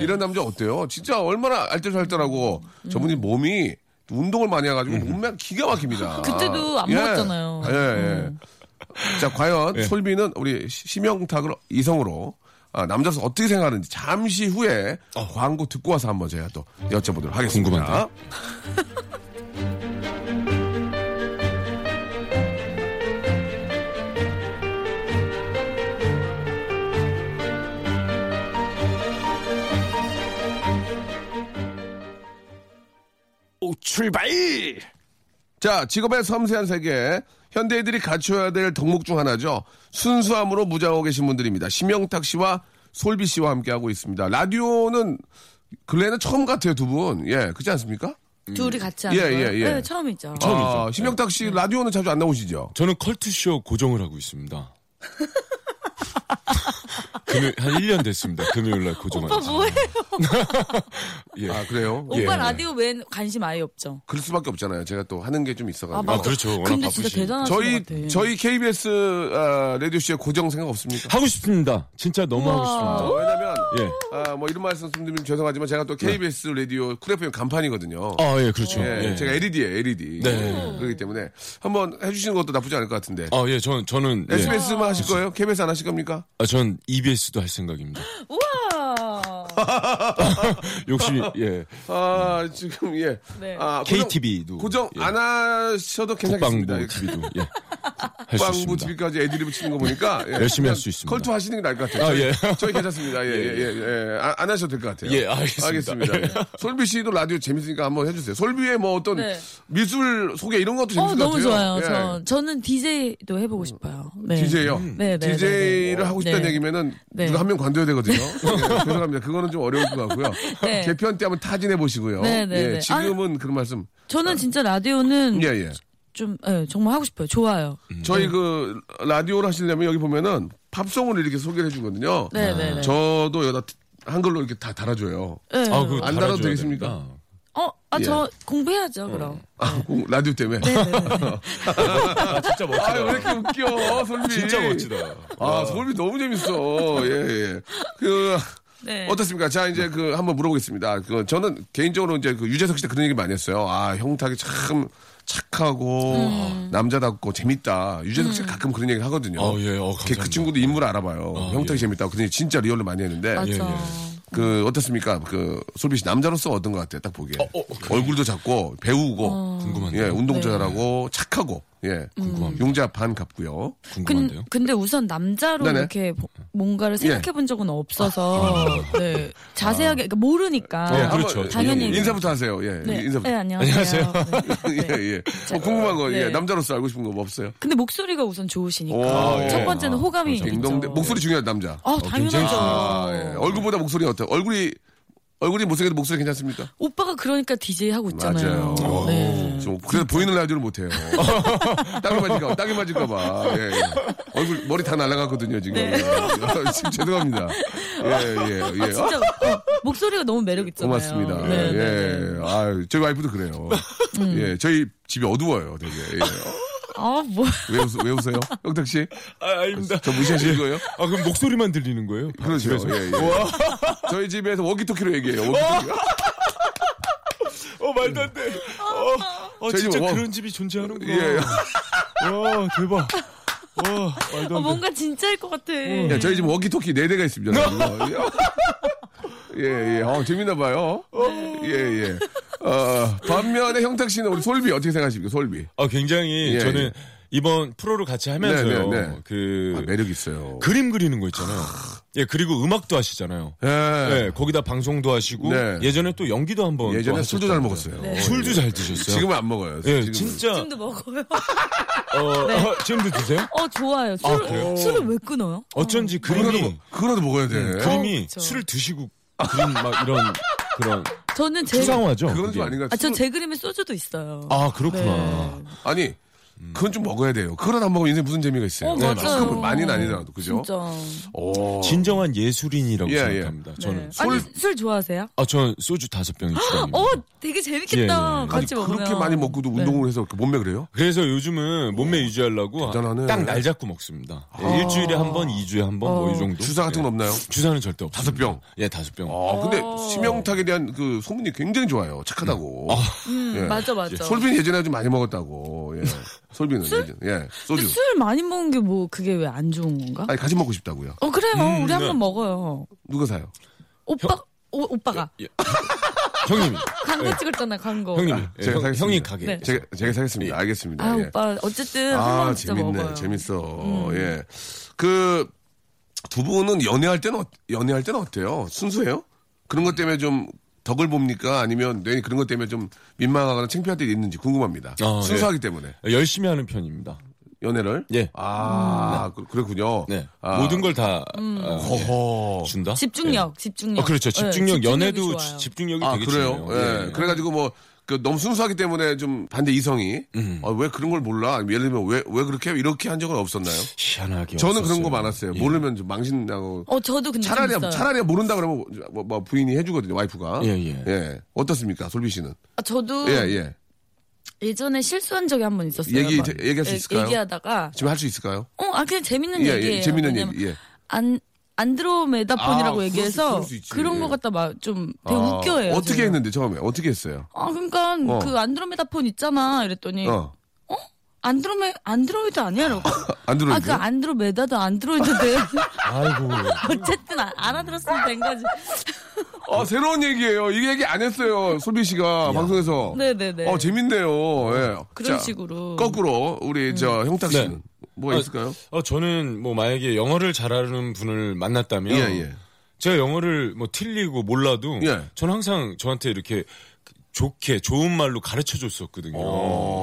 [SPEAKER 1] 이런 남자 어때요? 진짜 얼마나 알뜰살뜰하고
[SPEAKER 3] 음.
[SPEAKER 1] 저분이 몸이 운동을 많이 해가지고
[SPEAKER 2] 음.
[SPEAKER 1] 몸매 기가 막힙니다.
[SPEAKER 3] 그때도 안
[SPEAKER 1] 예.
[SPEAKER 3] 먹었잖아요. 음.
[SPEAKER 1] 예, 예. 자,
[SPEAKER 2] 예.
[SPEAKER 1] 과연 솔비는 우리 시- 심영탁을 이성으로 아, 남자로서 어떻게 생각하는지 잠시 후에 광고 듣고 와서 한번 제가 또 여쭤보도록 하겠습니다.
[SPEAKER 2] 어. 궁금한데요?
[SPEAKER 4] 출발!
[SPEAKER 1] 자, 직업의 섬세한 세계. 현대인들이 갖춰야 될 덕목 중 하나죠. 순수함으로 무장하고 계신 분들입니다. 심영탁 씨와 솔비 씨와 함께하고 있습니다. 라디오는 근래에는 처음 같아요, 두 분. 예, 그렇지 않습니까?
[SPEAKER 3] 둘이 같이 하는
[SPEAKER 1] 예,
[SPEAKER 3] 거예요?
[SPEAKER 1] 예, 예.
[SPEAKER 3] 네, 처음이죠.
[SPEAKER 1] 아, 심영탁 씨 라디오는 자주 안 나오시죠?
[SPEAKER 2] 저는 컬투쇼 고정을 하고 있습니다. 금요, 한 1년 됐습니다. 금요일 날 고정한
[SPEAKER 3] 오빠
[SPEAKER 2] 지.
[SPEAKER 3] 어, 뭐해?
[SPEAKER 2] 예.
[SPEAKER 1] 아, 그래요?
[SPEAKER 2] 예.
[SPEAKER 3] 오빠 라디오 웬 관심 아예 없죠.
[SPEAKER 1] 그럴 수밖에 없잖아요. 제가 또 하는 게 좀
[SPEAKER 3] 아,
[SPEAKER 1] 있어가지고.
[SPEAKER 3] 막-
[SPEAKER 2] 그렇죠. 워낙
[SPEAKER 3] 근데 진짜
[SPEAKER 2] 바쁘시니까.
[SPEAKER 3] 대단하신
[SPEAKER 1] 저희,
[SPEAKER 3] 것 같아.
[SPEAKER 1] 저희 KBS 아, 라디오쇼에 고정 생각 없습니까?
[SPEAKER 2] 하고 싶습니다. 진짜 너무 하고
[SPEAKER 1] 아,
[SPEAKER 2] 싶습니다.
[SPEAKER 1] 왜냐면,
[SPEAKER 2] 예.
[SPEAKER 1] 아, 뭐 이런 말씀 드리면 죄송하지만 제가 또 KBS 라디오 쿨 FM 간판이거든요.
[SPEAKER 2] 아, 예, 그렇죠.
[SPEAKER 1] 예,
[SPEAKER 2] 예.
[SPEAKER 1] 제가 LED예요, LED.
[SPEAKER 2] 네.
[SPEAKER 1] 그렇기 때문에 한번 해주시는 것도 나쁘지 않을 것 같은데.
[SPEAKER 2] 아, 예, 저는, 저는, 예.
[SPEAKER 1] SBS만 하실 거예요? KBS 안 하실 겁니까?
[SPEAKER 2] 아, 전 EBS도 할 생각입니다.
[SPEAKER 3] 우와.
[SPEAKER 2] 역시, 예.
[SPEAKER 1] 아 지금 예.
[SPEAKER 3] 네.
[SPEAKER 1] 아,
[SPEAKER 2] KTV도.
[SPEAKER 1] 고정
[SPEAKER 2] 예.
[SPEAKER 1] 안 하셔도 괜찮겠습니다.
[SPEAKER 2] 국방부 TV도, 예. 할 수
[SPEAKER 1] 국방부
[SPEAKER 2] 있습니다.
[SPEAKER 1] TV까지 애드립 치는 거 보니까 예,
[SPEAKER 2] 열심히 할수
[SPEAKER 1] 그냥
[SPEAKER 2] 있습니다.
[SPEAKER 1] 컬투 하시는 게 나을 것 같아요.
[SPEAKER 2] 아,
[SPEAKER 1] 저희,
[SPEAKER 2] 예.
[SPEAKER 1] 저희 괜찮습니다. 예, 예, 예, 예. 아, 안 하셔도 될 것 같아요.
[SPEAKER 2] 예, 알겠습니다.
[SPEAKER 1] 알겠습니다. 예. 솔비 씨도 라디오 재밌으니까 한번 해주세요. 솔비의 뭐 어떤
[SPEAKER 3] 네.
[SPEAKER 1] 미술 소개 이런 것도
[SPEAKER 3] 어,
[SPEAKER 1] 재밌을 것
[SPEAKER 3] 너무
[SPEAKER 1] 같아요. 예.
[SPEAKER 3] 좋아요. 저, 저는 DJ도 해보고 싶어요. 네.
[SPEAKER 1] DJ요.
[SPEAKER 2] 음.
[SPEAKER 3] 네, 네, 네,
[SPEAKER 1] DJ를
[SPEAKER 3] 네.
[SPEAKER 1] 하고 싶다는
[SPEAKER 3] 네.
[SPEAKER 1] 얘기면은
[SPEAKER 3] 네.
[SPEAKER 1] 누가 한 명 관둬야 되거든요. 예, 죄송합니다. 그거는 좀 어려울 것 같고요.
[SPEAKER 3] 네.
[SPEAKER 1] 개편 때 한번 타진해 보시고요.
[SPEAKER 3] 네, 네,
[SPEAKER 1] 예,
[SPEAKER 3] 네.
[SPEAKER 1] 지금은 그런 말씀.
[SPEAKER 3] 저는 진짜 라디오는
[SPEAKER 1] 예, 예.
[SPEAKER 3] 좀, 예, 정말 하고 싶어요. 좋아요.
[SPEAKER 1] 저희 그 라디오를 하시려면 여기 보면은 팝송을 이렇게 소개를 해주거든요.
[SPEAKER 3] 네, 네, 네.
[SPEAKER 1] 저도 여기다 한글로 이렇게 다 달아줘요.
[SPEAKER 3] 예.
[SPEAKER 2] 아, 그거
[SPEAKER 1] 안 달아도
[SPEAKER 2] 달아줘야
[SPEAKER 1] 되겠습니까?
[SPEAKER 2] 됩니다.
[SPEAKER 3] 어, 아, 저 공부해야죠, 그럼.
[SPEAKER 1] 아, 공- 라디오 때문에.
[SPEAKER 3] 네.
[SPEAKER 2] 아, 진짜
[SPEAKER 1] 아, 왜
[SPEAKER 2] 멋지다.
[SPEAKER 1] 이렇게 웃겨, 솔비.
[SPEAKER 2] 진짜 멋지다.
[SPEAKER 1] 아, 솔비 너무 재밌어. 예, 예. 그,
[SPEAKER 3] 네.
[SPEAKER 1] 어떻습니까? 자, 이제 그 한번 물어보겠습니다. 그 저는 개인적으로 이제 그 유재석 씨때 그런 얘기 많이 했어요. 아, 형탁이 참 착하고
[SPEAKER 3] 음.
[SPEAKER 1] 남자답고 재밌다. 유재석 씨가 가끔 그런 얘기 하거든요.
[SPEAKER 2] 아, 예. 어,
[SPEAKER 1] 걔- 그
[SPEAKER 2] 감사합니다. 어,
[SPEAKER 1] 친구도 인물 알아봐요. 형탁이 재밌다고. 근데 진짜 리얼로 많이 했는데.
[SPEAKER 3] 맞아.
[SPEAKER 2] 예,
[SPEAKER 1] 그 어떻습니까? 그 솔비 씨 남자로서 어떤 것 같아요? 딱 보기에. 얼굴도 작고 배우고
[SPEAKER 3] 어.
[SPEAKER 2] 궁금한데요?
[SPEAKER 1] 예, 운동
[SPEAKER 3] 네.
[SPEAKER 1] 잘하고 착하고. 예. 용자 반 같고요.
[SPEAKER 2] 궁금한데요?
[SPEAKER 3] 근데 우선 남자로
[SPEAKER 1] 네네.
[SPEAKER 3] 이렇게 보- 뭔가를 생각해 본 적은 없어서 네. 자세하게 그러니까 모르니까
[SPEAKER 2] 네,
[SPEAKER 1] 한번
[SPEAKER 2] 그렇죠.
[SPEAKER 3] 당연히
[SPEAKER 1] 인사부터 하세요. 예.
[SPEAKER 3] 네.
[SPEAKER 1] 인사부터.
[SPEAKER 3] 네, 안녕하세요. 네.
[SPEAKER 1] 예,
[SPEAKER 3] 네.
[SPEAKER 1] 예. 뭐 궁금한 거, 예.
[SPEAKER 3] 네.
[SPEAKER 1] 남자로서 알고 싶은 거뭐 없어요?
[SPEAKER 3] 근데 목소리가 우선 좋으시니까
[SPEAKER 1] 오, 예.
[SPEAKER 3] 첫 번째는 호감이
[SPEAKER 1] 빙동대
[SPEAKER 3] 있죠.
[SPEAKER 1] 목소리 중요한 남자.
[SPEAKER 3] 아 당연하죠.
[SPEAKER 1] 아, 예. 얼굴보다 목소리 어때요? 얼굴이 얼굴이 못생겨도 목소리 괜찮습니까?
[SPEAKER 3] 오빠가 그러니까 DJ 하고
[SPEAKER 1] 맞아요.
[SPEAKER 3] 있잖아요. 네.
[SPEAKER 1] 좀 그래서 보이는 라디오를 못해요. 땅에 맞을까, 땅에 맞을까봐. 예, 예. 얼굴 머리 다 날아갔거든요 지금. 지금 죄송합니다. 예, 예, 예.
[SPEAKER 3] 네. 아, 진짜 어, 목소리가 너무 매력 있잖아요.
[SPEAKER 1] 고맙습니다.
[SPEAKER 3] 네, 네, 네. 음.
[SPEAKER 1] 예, 아 저희 와이프도 그래요. 예, 저희 집이 어두워요, 되게. 예.
[SPEAKER 3] 아 뭐.
[SPEAKER 1] 왜, 웃, 왜 웃어요, 영탁 씨?
[SPEAKER 2] 아, 아닙니다.
[SPEAKER 1] 저 무시하시는 거예요?
[SPEAKER 2] 아, 그럼 목소리만 들리는 거예요?
[SPEAKER 1] 그렇죠.
[SPEAKER 2] 집에서?
[SPEAKER 1] 예, 예. 저희 집에서 워키토키로 얘기해요. 워키토키.
[SPEAKER 2] 어, 말도 안 돼. 어, 어
[SPEAKER 1] 저희
[SPEAKER 2] 진짜
[SPEAKER 1] 뭐-
[SPEAKER 2] 그런 집이 존재하는구나.
[SPEAKER 1] 예.
[SPEAKER 2] 와, 대박. 와, 말도
[SPEAKER 3] 어,
[SPEAKER 2] 안 돼.
[SPEAKER 3] 뭔가 진짜일 것 같아.
[SPEAKER 1] 야, 저희 지금 워키토키 네대가 있습니다. 지금. 예, 예. 어, 재밌나 봐요. 예, 예. 어, 반면에 형탁 씨는 우리 솔비 어떻게 생각하십니까? 솔비.
[SPEAKER 2] 아, 굉장히
[SPEAKER 1] 예,
[SPEAKER 2] 저는
[SPEAKER 1] 예.
[SPEAKER 2] 이번 프로를 같이 하면서요.
[SPEAKER 1] 네, 네, 네.
[SPEAKER 2] 그
[SPEAKER 1] 아, 매력 있어요.
[SPEAKER 2] 그림 그리는 거 있잖아요. 예, 그리고 음악도 하시잖아요.
[SPEAKER 1] 예.
[SPEAKER 2] 예, 거기다 방송도 하시고
[SPEAKER 1] 네.
[SPEAKER 2] 예전에 또 연기도 한번 또
[SPEAKER 1] 예전에 네. 술도 잘
[SPEAKER 2] 하셨다고요.
[SPEAKER 1] 먹었어요.
[SPEAKER 2] 어, 술도 잘 드셨어요.
[SPEAKER 1] 지금은 안 먹어요.
[SPEAKER 2] 예,
[SPEAKER 1] 지금은.
[SPEAKER 2] 진짜
[SPEAKER 3] 지금도 네. 먹어요.
[SPEAKER 2] 어, 지금도 드세요?
[SPEAKER 3] 어 좋아요. 술,
[SPEAKER 2] 그래요?
[SPEAKER 3] 술을 왜 끊어요?
[SPEAKER 2] 어쩐지
[SPEAKER 1] 뭐 그거라도, 네.
[SPEAKER 2] 그림이
[SPEAKER 1] 먹- 음, 그거라도 먹어야 돼.
[SPEAKER 2] 그림이
[SPEAKER 3] 어, 그쵸.
[SPEAKER 2] 술을 드시고 그림 막 이런 그런
[SPEAKER 3] 저는 제
[SPEAKER 2] 추상화죠.
[SPEAKER 1] 그건
[SPEAKER 2] 그게.
[SPEAKER 1] 좀 아닌 것
[SPEAKER 3] 아,
[SPEAKER 1] 같아요.
[SPEAKER 3] 저 제 그림에 소주도 있어요.
[SPEAKER 2] 아, 그렇구나.
[SPEAKER 1] 네. 아니, 그건 좀 먹어야 돼요. 그거라도 안 먹으면 인생 무슨 재미가 있어요.
[SPEAKER 3] 어, 맞아요.
[SPEAKER 1] 조금 네, 많이는 아니더라도, 그죠?
[SPEAKER 3] 진짜.
[SPEAKER 1] 오.
[SPEAKER 2] 진정한 예술인이라고
[SPEAKER 1] 예, 예.
[SPEAKER 2] 생각합니다. 저는
[SPEAKER 3] 어. 네. 아니, 술 좋아해요?
[SPEAKER 2] 아, 저는 소주 다섯 병이 추가입니다.
[SPEAKER 3] 어, 되게 재밌겠다.
[SPEAKER 2] 예, 예.
[SPEAKER 1] 아니,
[SPEAKER 3] 같이 네. 먹으면.
[SPEAKER 1] 그렇게 많이 먹고도 운동을 해서 그 몸매 그래요?
[SPEAKER 2] 그래서 요즘은
[SPEAKER 3] 어.
[SPEAKER 2] 몸매 유지하려고
[SPEAKER 1] 대단하네.
[SPEAKER 2] 딱 날 잡고 먹습니다.
[SPEAKER 3] 아.
[SPEAKER 2] 예, 일주일에 한 번, 이주에 한 번,
[SPEAKER 3] 어.
[SPEAKER 2] 뭐 이 정도.
[SPEAKER 1] 주사 같은 건 없나요?
[SPEAKER 2] 예. 주사는 절대 없어요.
[SPEAKER 1] 다섯 병?
[SPEAKER 2] 예, 다섯 병.
[SPEAKER 3] 어.
[SPEAKER 1] 아, 근데 심영탁에 대한 그 소문이 굉장히 좋아요. 착하다고.
[SPEAKER 3] 음,
[SPEAKER 1] 예.
[SPEAKER 3] 맞아, 맞아.
[SPEAKER 1] 솔빈 예전에 좀 많이 먹었다고. 예. 솔빈은 예전. 예.
[SPEAKER 3] 근데
[SPEAKER 1] 소주.
[SPEAKER 3] 술 많이 먹는 게 뭐, 그게 왜 안 좋은 건가?
[SPEAKER 1] 아니 음, 같이 먹고 싶다고요.
[SPEAKER 3] 어, 그래요. 우리
[SPEAKER 2] 네.
[SPEAKER 3] 한번 먹어요.
[SPEAKER 1] 누가 사요?
[SPEAKER 3] 오빠, 오, 오빠가.
[SPEAKER 2] 형님,
[SPEAKER 3] 광고
[SPEAKER 1] 예.
[SPEAKER 3] 찍었잖아, 광고.
[SPEAKER 2] 형님,
[SPEAKER 1] 아,
[SPEAKER 2] 예,
[SPEAKER 1] 제가
[SPEAKER 2] 형,
[SPEAKER 1] 사겠습니다.
[SPEAKER 2] 형님 가게.
[SPEAKER 3] 네.
[SPEAKER 1] 제가 제가 사겠습니다. 알겠습니다.
[SPEAKER 3] 아,
[SPEAKER 1] 예.
[SPEAKER 3] 오빠, 어쨌든 한
[SPEAKER 1] 아,
[SPEAKER 3] 번 진짜
[SPEAKER 1] 재밌네.
[SPEAKER 3] 먹어요. 음.
[SPEAKER 1] 재밌어. 예. 그 두 분은 연애할 때는 어- 연애할 때는 어때요? 순수해요? 그런 것 때문에 좀 덕을 봅니까? 아니면 뇌 그런 것 때문에 좀 민망하거나 창피할 때 있는지 궁금합니다.
[SPEAKER 2] 아,
[SPEAKER 1] 순수하기 때문에
[SPEAKER 2] 열심히 하는 편입니다.
[SPEAKER 1] 연애를.
[SPEAKER 2] 예.
[SPEAKER 1] 아, 그- 그렇군요.
[SPEAKER 2] 네.
[SPEAKER 1] 아.
[SPEAKER 2] 모든 걸 다 아, 예,
[SPEAKER 1] 허허.
[SPEAKER 2] 준다?
[SPEAKER 3] 음. 집중력,
[SPEAKER 2] 예.
[SPEAKER 3] 집중력.
[SPEAKER 1] 어,
[SPEAKER 2] 아, 그렇죠.
[SPEAKER 3] 네,
[SPEAKER 2] 집중력,
[SPEAKER 3] 집중력이
[SPEAKER 2] 연애도
[SPEAKER 3] 좋아요.
[SPEAKER 2] 집중력이
[SPEAKER 1] 아
[SPEAKER 2] 되게
[SPEAKER 1] 그래요.
[SPEAKER 2] 중요해요.
[SPEAKER 1] 예. 그래가지고 뭐 그 너무 순수하기 때문에 좀 반대 이성이
[SPEAKER 2] 음.
[SPEAKER 1] 아, 왜 그런 걸 몰라? 예를 들면 왜 왜 그렇게 해요? 이렇게 한 적은 없었나요?
[SPEAKER 2] 희한하게.
[SPEAKER 1] 저는
[SPEAKER 2] 없었어요.
[SPEAKER 1] 그런 거 많았어요.
[SPEAKER 2] 예.
[SPEAKER 1] 모르면 좀 망신나고.
[SPEAKER 3] 어, 저도 근데 좀
[SPEAKER 1] 차라리
[SPEAKER 3] 있어요.
[SPEAKER 1] 차라리 모른다 그러면 뭐, 뭐 부인이 해주거든요. 와이프가.
[SPEAKER 2] 예, 예.
[SPEAKER 1] 어떻습니까, 솔비 씨는?
[SPEAKER 3] 아, 저도
[SPEAKER 1] 예 예.
[SPEAKER 3] 예전에 실수한 적이 한 번 있었어요.
[SPEAKER 1] 얘기
[SPEAKER 3] 막.
[SPEAKER 1] 얘기할 수
[SPEAKER 3] 예,
[SPEAKER 1] 있을까요?
[SPEAKER 3] 얘기하다가
[SPEAKER 1] 지금 할 수 있을까요?
[SPEAKER 3] 어, 아 그냥 재밌는
[SPEAKER 1] 예,
[SPEAKER 3] 얘기예요.
[SPEAKER 1] 예, 재밌는
[SPEAKER 3] 왜냐면
[SPEAKER 1] 얘기. 예.
[SPEAKER 3] 안 안드로메다폰이라고
[SPEAKER 1] 아, 그럴 수-
[SPEAKER 3] 얘기해서
[SPEAKER 1] 그럴 수 있지. 예.
[SPEAKER 3] 그런거 갖다 막 좀 되게
[SPEAKER 1] 아,
[SPEAKER 3] 웃겨요.
[SPEAKER 1] 어떻게
[SPEAKER 3] 저는.
[SPEAKER 1] 했는데 처음에 어떻게 했어요?
[SPEAKER 3] 아 그러니까
[SPEAKER 1] 어.
[SPEAKER 3] 그 안드로메다폰 있잖아 이랬더니
[SPEAKER 1] 어.
[SPEAKER 3] 안드로메 안드로이드 아니야? 라고.
[SPEAKER 1] 안드로이드.
[SPEAKER 3] 아그 안드로메다도 안드로이드인데
[SPEAKER 2] 아이고.
[SPEAKER 3] 어쨌든 아- 알아들었으면 된 거지.
[SPEAKER 1] 아, 새로운 얘기예요. 이 얘기 안 했어요. 솔비 씨가 방송에서.
[SPEAKER 3] 네네네.
[SPEAKER 1] 어, 재밌네요. 예.
[SPEAKER 3] 그런
[SPEAKER 1] 자,
[SPEAKER 3] 식으로. 음.
[SPEAKER 1] 거꾸로 우리 저 형탁
[SPEAKER 2] 네.
[SPEAKER 1] 씨는 뭐가 있을까요?
[SPEAKER 2] 어, 저는 뭐 만약에 영어를 잘하는 분을 만났다면
[SPEAKER 1] 예, 예.
[SPEAKER 2] 제가 영어를 뭐 틀리고 몰라도
[SPEAKER 1] 예.
[SPEAKER 2] 저는 항상 저한테 이렇게 좋게 좋은 말로 가르쳐 줬었거든요.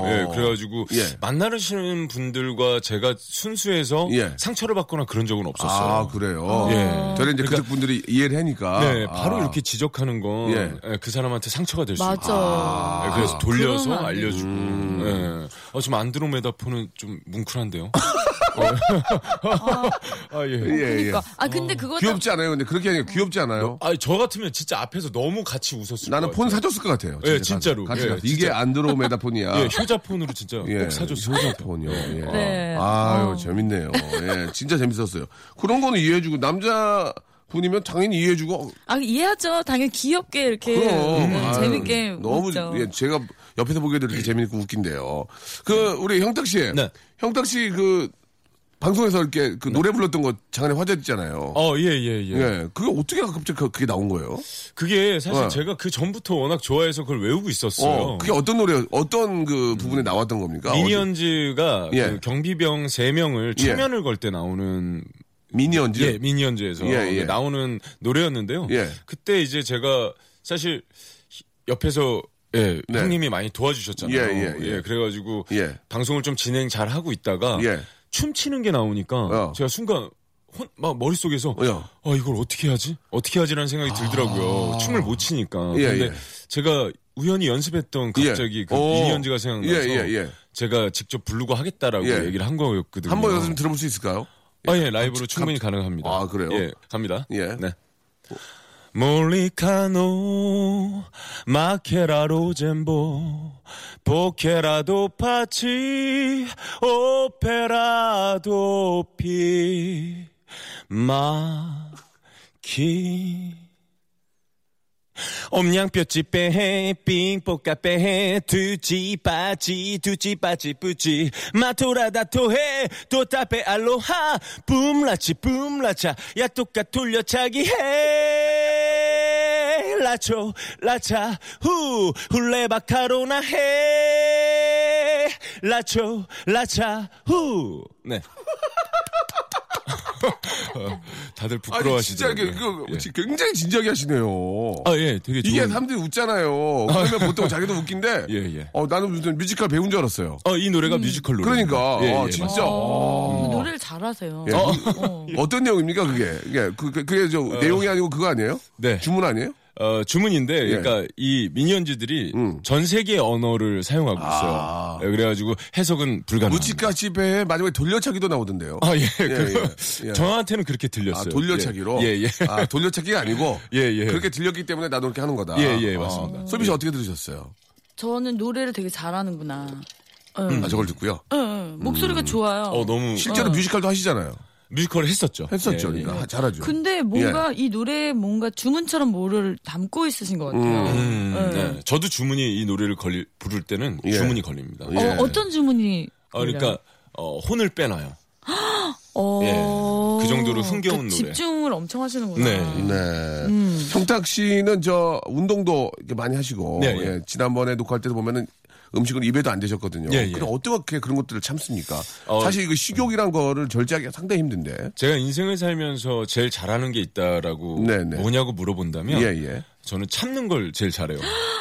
[SPEAKER 2] 예, 그래가지고
[SPEAKER 1] 어. 예.
[SPEAKER 2] 만나시는 분들과 제가 순수해서
[SPEAKER 1] 예.
[SPEAKER 2] 상처를 받거나 그런 적은 없었어요.
[SPEAKER 1] 아, 그래요.
[SPEAKER 2] 예.
[SPEAKER 1] 저는 이제 그쪽 분들이 이해를 하니까.
[SPEAKER 2] 네, 바로
[SPEAKER 1] 아.
[SPEAKER 2] 이렇게 지적하는 건
[SPEAKER 1] 예.
[SPEAKER 2] 그 사람한테 상처가 될 수 있어요.
[SPEAKER 3] 맞아.
[SPEAKER 2] 네, 그래서 돌려서
[SPEAKER 3] 그러면 안
[SPEAKER 1] 음.
[SPEAKER 2] 알려주고. 예. 어, 좀 안드로메다 폰은 좀 뭉클한데요. 아 예.
[SPEAKER 1] 예, 예.
[SPEAKER 3] 그러니까 아 근데 그거
[SPEAKER 1] 귀엽지 않아요? 근데 그렇게 하니까 귀엽지 않아요?
[SPEAKER 2] 아니 저 같으면 진짜 앞에서 너무 같이 웃었을
[SPEAKER 1] 나는
[SPEAKER 2] 것
[SPEAKER 1] 폰
[SPEAKER 2] 뭐, 같아요.
[SPEAKER 1] 사줬을 것 같아요.
[SPEAKER 2] 예, 진짜로.
[SPEAKER 1] 같이
[SPEAKER 2] 예,
[SPEAKER 1] 갔다.
[SPEAKER 2] 진짜.
[SPEAKER 1] 이게 안드로메다 폰이야.
[SPEAKER 2] 예, 효자폰으로 진짜
[SPEAKER 1] 아. 예,
[SPEAKER 2] 꼭 사줬어요.
[SPEAKER 1] 효자폰이요. 예.
[SPEAKER 3] 네.
[SPEAKER 1] 아유,
[SPEAKER 3] 어.
[SPEAKER 1] 재밌네요. 예, 진짜 재밌었어요. 그런 거는 이해해주고, 남자 분이면 당연히 이해해주고,
[SPEAKER 3] 아 이해하죠. 당연히 귀엽게 이렇게
[SPEAKER 1] 그럼. 음,
[SPEAKER 3] 네,
[SPEAKER 1] 아유,
[SPEAKER 3] 재밌게
[SPEAKER 1] 너무
[SPEAKER 3] 웃죠.
[SPEAKER 1] 예, 제가 옆에서 보기에도 이렇게 재밌고 웃긴데요. 그 우리 형탁 씨,
[SPEAKER 2] 네.
[SPEAKER 1] 형탁 씨 그 방송에서 이렇게 그 노래 불렀던 거 장안에 화제됐잖아요.
[SPEAKER 2] 어, 예, 예, 예.
[SPEAKER 1] 예, 그게 어떻게 갑자기 그- 그게 나온 거예요?
[SPEAKER 2] 그게 사실
[SPEAKER 1] 네.
[SPEAKER 2] 제가 그 전부터 워낙 좋아해서 그걸 외우고 있었어요.
[SPEAKER 1] 어, 그게 어떤 노래, 어떤 그 부분에 나왔던 겁니까?
[SPEAKER 2] 미니언즈가
[SPEAKER 1] 예.
[SPEAKER 2] 그 경비병 3명을
[SPEAKER 1] 예.
[SPEAKER 2] 최면을 걸 때 나오는
[SPEAKER 1] 어디- 미니언즈.
[SPEAKER 2] 예, 미니언즈에서
[SPEAKER 1] 예, 예.
[SPEAKER 2] 나오는 노래였는데요.
[SPEAKER 1] 예.
[SPEAKER 2] 그때 이제 제가 사실 옆에서 예,
[SPEAKER 1] 네.
[SPEAKER 2] 형님이 많이 도와주셨잖아요.
[SPEAKER 1] 예, 예, 예.
[SPEAKER 2] 그래가지고
[SPEAKER 1] 예.
[SPEAKER 2] 방송을 좀 진행 잘 하고 있다가
[SPEAKER 1] 예.
[SPEAKER 2] 춤추는 게 나오니까
[SPEAKER 1] 어.
[SPEAKER 2] 제가 순간 혼, 막 머릿속에서
[SPEAKER 1] 어.
[SPEAKER 2] 아 이걸 어떻게 하지? 어떻게 하지라는 생각이 들더라고요. 춤을 못 추니까.
[SPEAKER 1] 아. 예,
[SPEAKER 2] 근데
[SPEAKER 1] 예.
[SPEAKER 2] 제가 우연히 연습했던
[SPEAKER 1] 예.
[SPEAKER 2] 갑자기 그
[SPEAKER 1] 어.
[SPEAKER 2] 미니언즈가 생각나서
[SPEAKER 1] 예, 예, 예.
[SPEAKER 2] 제가 직접 부르고 하겠다라고
[SPEAKER 1] 예.
[SPEAKER 2] 얘기를 한 거였거든요.
[SPEAKER 1] 한번 연습 들어볼 수 있을까요?
[SPEAKER 2] 아, 예, 라이브로 충분히 가능합니다.
[SPEAKER 1] 아, 그래요?
[SPEAKER 2] 예, 갑니다.
[SPEAKER 1] 예.
[SPEAKER 2] 네. 몰리카노, 마케라 로젠보, 보케라도 파치, 오페라도 피, 마, 키. 옴양뼈지 빼해 빙뽀까 빼해 두찌빠찌 두찌빠찌 뿌찌 마토라다 토해 도타페 알로하 뿜라치 뿜라차 야또까 돌려차기 해 라초 라차 후 훌레바카로나 해 라초 라차 후네 어, 다들
[SPEAKER 1] 아니, 진짜
[SPEAKER 2] 부끄러워하시죠. 네. 예.
[SPEAKER 1] 이게 그, 굉장히 진지하게 하시네요.
[SPEAKER 2] 아, 예, 되게 좋은.
[SPEAKER 1] 이게 사람들이 웃잖아요. 그러면 보통 자기도 웃긴데,
[SPEAKER 2] 예, 예.
[SPEAKER 1] 어, 나는 무슨 뮤지컬 배운 줄 알았어요.
[SPEAKER 2] 어, 이 노래가 뮤지컬 노래.
[SPEAKER 1] 그러니까,
[SPEAKER 2] 예,
[SPEAKER 1] 아,
[SPEAKER 2] 예, 맞-
[SPEAKER 1] 진짜.
[SPEAKER 3] 어,
[SPEAKER 1] 아.
[SPEAKER 3] 노래를 잘하세요.
[SPEAKER 1] 예.
[SPEAKER 3] 어.
[SPEAKER 1] 어떤 내용입니까 그게? 이게 그, 그, 그게 저 내용이 아니고 그거 아니에요?
[SPEAKER 2] 어. 네.
[SPEAKER 1] 주문 아니에요?
[SPEAKER 2] 어, 주문인데,
[SPEAKER 1] 예.
[SPEAKER 2] 그러니까 이 미니언즈들이 전 세계 언어를 사용하고 있어요.
[SPEAKER 1] 음. 아.
[SPEAKER 2] 예, 그래가지고 해석은 불가능.
[SPEAKER 1] 무치카 집에 마지막에 돌려차기도 나오던데요.
[SPEAKER 2] 아, 예.
[SPEAKER 1] 예,
[SPEAKER 2] 그,
[SPEAKER 1] 예.
[SPEAKER 2] 저한테는 그렇게 들렸어요.
[SPEAKER 1] 아, 돌려차기로?
[SPEAKER 2] 예, 예.
[SPEAKER 1] 아, 돌려차기가 아니고?
[SPEAKER 2] 예, 예.
[SPEAKER 1] 그렇게 들렸기 때문에 나도 이렇게 하는 거다.
[SPEAKER 2] 예, 예, 맞습니다.
[SPEAKER 1] 아, 솔비 씨 어떻게 들으셨어요?
[SPEAKER 3] 저는 노래를 되게 잘하는구나. 응.
[SPEAKER 2] 음.
[SPEAKER 1] 아, 저걸 듣고요.
[SPEAKER 3] 응, 응. 목소리가 좋아요.
[SPEAKER 2] 어, 너무.
[SPEAKER 1] 실제로 뮤지컬도 하시잖아요.
[SPEAKER 2] 뮤지컬을 했었죠.
[SPEAKER 1] 했었죠.
[SPEAKER 2] 예, 예.
[SPEAKER 1] 그러니까. 아, 잘하죠.
[SPEAKER 3] 근데 뭔가 이 노래에 뭔가 주문처럼 뭐를 담고 있으신 것 같아요.
[SPEAKER 2] 음, 네. 저도 주문이 이 노래를 걸리, 부를 때는
[SPEAKER 1] 예.
[SPEAKER 2] 주문이 걸립니다.
[SPEAKER 1] 예.
[SPEAKER 3] 어, 어떤 주문이?
[SPEAKER 2] 어, 그러니까, 어, 혼을 빼놔요.
[SPEAKER 3] 어.
[SPEAKER 2] 예. 그 정도로 흥겨운
[SPEAKER 3] 그
[SPEAKER 2] 노래.
[SPEAKER 3] 집중을 엄청 하시는구나.
[SPEAKER 2] 네.
[SPEAKER 1] 네.
[SPEAKER 3] 음.
[SPEAKER 1] 형탁 씨는 저 운동도 이렇게 많이 하시고
[SPEAKER 2] 네, 예.
[SPEAKER 1] 예, 지난번에 녹화할 때도 보면은 음식을 입에도 안 되셨거든요.
[SPEAKER 2] 예, 예.
[SPEAKER 1] 근데 어떻게 그런 것들을 참습니까?
[SPEAKER 2] 어.
[SPEAKER 1] 사실 이거 식욕이란 거를 절제하기가 상당히 힘든데.
[SPEAKER 2] 제가 인생을 살면서 제일 잘하는 게 있다라고
[SPEAKER 1] 네, 네.
[SPEAKER 2] 뭐냐고 물어본다면
[SPEAKER 1] 예, 예.
[SPEAKER 2] 저는 참는 걸 제일 잘해요.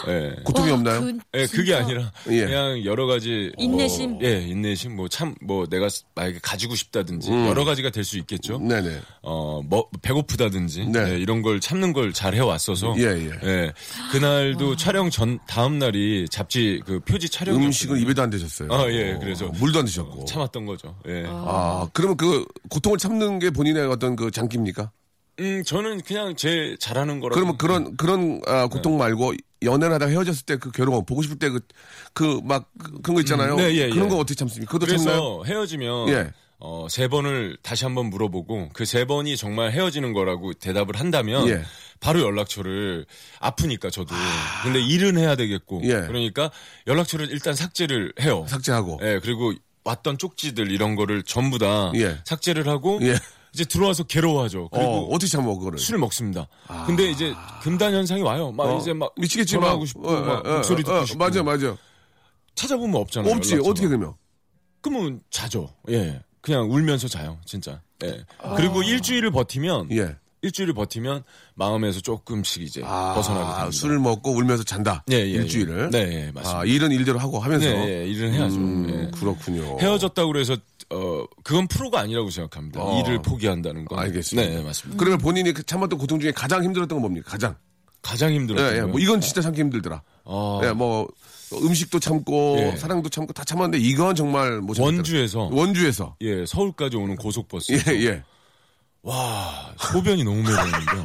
[SPEAKER 2] 예.
[SPEAKER 1] 고통이
[SPEAKER 3] 와,
[SPEAKER 1] 없나요?
[SPEAKER 3] 그,
[SPEAKER 2] 예, 그게
[SPEAKER 3] 진짜.
[SPEAKER 2] 아니라
[SPEAKER 1] 예.
[SPEAKER 2] 그냥 여러 가지
[SPEAKER 3] 인내심?
[SPEAKER 2] 어, 예, 인내심 뭐 참 뭐 내가 만약에 가지고 싶다든지
[SPEAKER 1] 음.
[SPEAKER 2] 여러 가지가 될 수 있겠죠.
[SPEAKER 1] 네네.
[SPEAKER 2] 어, 뭐 배고프다든지
[SPEAKER 1] 네.
[SPEAKER 2] 예, 이런 걸 참는 걸 잘 해왔어서
[SPEAKER 1] 예, 예.
[SPEAKER 2] 그날도 촬영 전 다음 날이 잡지 그 표지 촬영
[SPEAKER 1] 음식을 입에도 안 되셨어요.
[SPEAKER 2] 아, 예, 그래서.
[SPEAKER 1] 물도 안 드셨고.
[SPEAKER 2] 참았던 거죠. 예.
[SPEAKER 1] 아, 그러면 그 고통을 참는 게 본인의 어떤 그 장기입니까?
[SPEAKER 2] 음, 저는 그냥 제 잘하는 거라고
[SPEAKER 1] 그러면
[SPEAKER 2] 네.
[SPEAKER 1] 그런 그런 아, 고통 말고 연애를 하다 가 헤어졌을 때 그 괴로움 보고 싶을 때 그 그 막 그런 거 있잖아요.
[SPEAKER 2] 음, 네, 예,
[SPEAKER 1] 그런
[SPEAKER 2] 예.
[SPEAKER 1] 거 어떻게 참습니까? 그것도
[SPEAKER 2] 그래서
[SPEAKER 1] 참나요?
[SPEAKER 2] 헤어지면
[SPEAKER 1] 예.
[SPEAKER 2] 어, 세 번을 다시 한번 물어보고 그 세 번이 정말 헤어지는 거라고 대답을 한다면
[SPEAKER 1] 예.
[SPEAKER 2] 바로 연락처를 아프니까 저도 근데 일은 해야 되겠고
[SPEAKER 1] 예.
[SPEAKER 2] 그러니까 연락처를 일단 삭제를 해요.
[SPEAKER 1] 삭제하고.
[SPEAKER 2] 예, 그리고 왔던 쪽지들 이런 거를 전부 다
[SPEAKER 1] 예.
[SPEAKER 2] 삭제를 하고
[SPEAKER 1] 예.
[SPEAKER 2] 이제 들어와서 괴로워하죠.
[SPEAKER 1] 어,
[SPEAKER 2] 네. 그리고
[SPEAKER 1] 어떻게 참아 그거를?
[SPEAKER 2] 술을 먹습니다. 근데 이제 금단 현상이 와요. 막
[SPEAKER 1] 어,
[SPEAKER 2] 이제 막
[SPEAKER 1] 미치겠지 막 어,
[SPEAKER 2] 전화하고 싶고 막 목소리 듣고 싶고
[SPEAKER 1] 맞아 맞아.
[SPEAKER 2] 찾아보면 없잖아요.
[SPEAKER 1] 없지
[SPEAKER 2] 연락처가.
[SPEAKER 1] 어떻게 그러면?
[SPEAKER 2] 그러면 자죠. 예. 그냥 울면서 자요. 진짜. 예. 그리고 일주일을 버티면
[SPEAKER 1] 예.
[SPEAKER 2] 일주일을 버티면 마음에서 조금씩 이제 벗어나게 됩니다.
[SPEAKER 1] 아, 술을 먹고 울면서 잔다.
[SPEAKER 2] 예, 예, 예.
[SPEAKER 1] 일주일을.
[SPEAKER 2] 네, 예, 맞습니다.
[SPEAKER 1] 아, 일은 일대로 하고 하면서.
[SPEAKER 2] 예, 예, 일은 해야죠.
[SPEAKER 1] 음,
[SPEAKER 2] 예.
[SPEAKER 1] 그렇군요.
[SPEAKER 2] 헤어졌다고 그래서 어 그건 프로가 아니라고 생각합니다.
[SPEAKER 1] 어.
[SPEAKER 2] 일을 포기한다는 건.
[SPEAKER 1] 알겠습니다.
[SPEAKER 2] 네, 네, 맞습니다.
[SPEAKER 1] 그러면 본인이 그 참았던 고통 중에 가장 힘들었던 건 뭡니까? 가장.
[SPEAKER 2] 가장 힘들었어요.
[SPEAKER 1] 예, 예. 뭐 이건 진짜 참기 힘들더라.
[SPEAKER 2] 아.
[SPEAKER 1] 예, 뭐 음식도 참고
[SPEAKER 2] 예.
[SPEAKER 1] 사랑도 참고 다 참았는데 이건 정말 못 참겠더라.
[SPEAKER 2] 원주에서.
[SPEAKER 1] 원주에서.
[SPEAKER 2] 예, 서울까지 오는 고속버스.
[SPEAKER 1] 예, 예.
[SPEAKER 2] 와, 소변이 너무 매장인데요.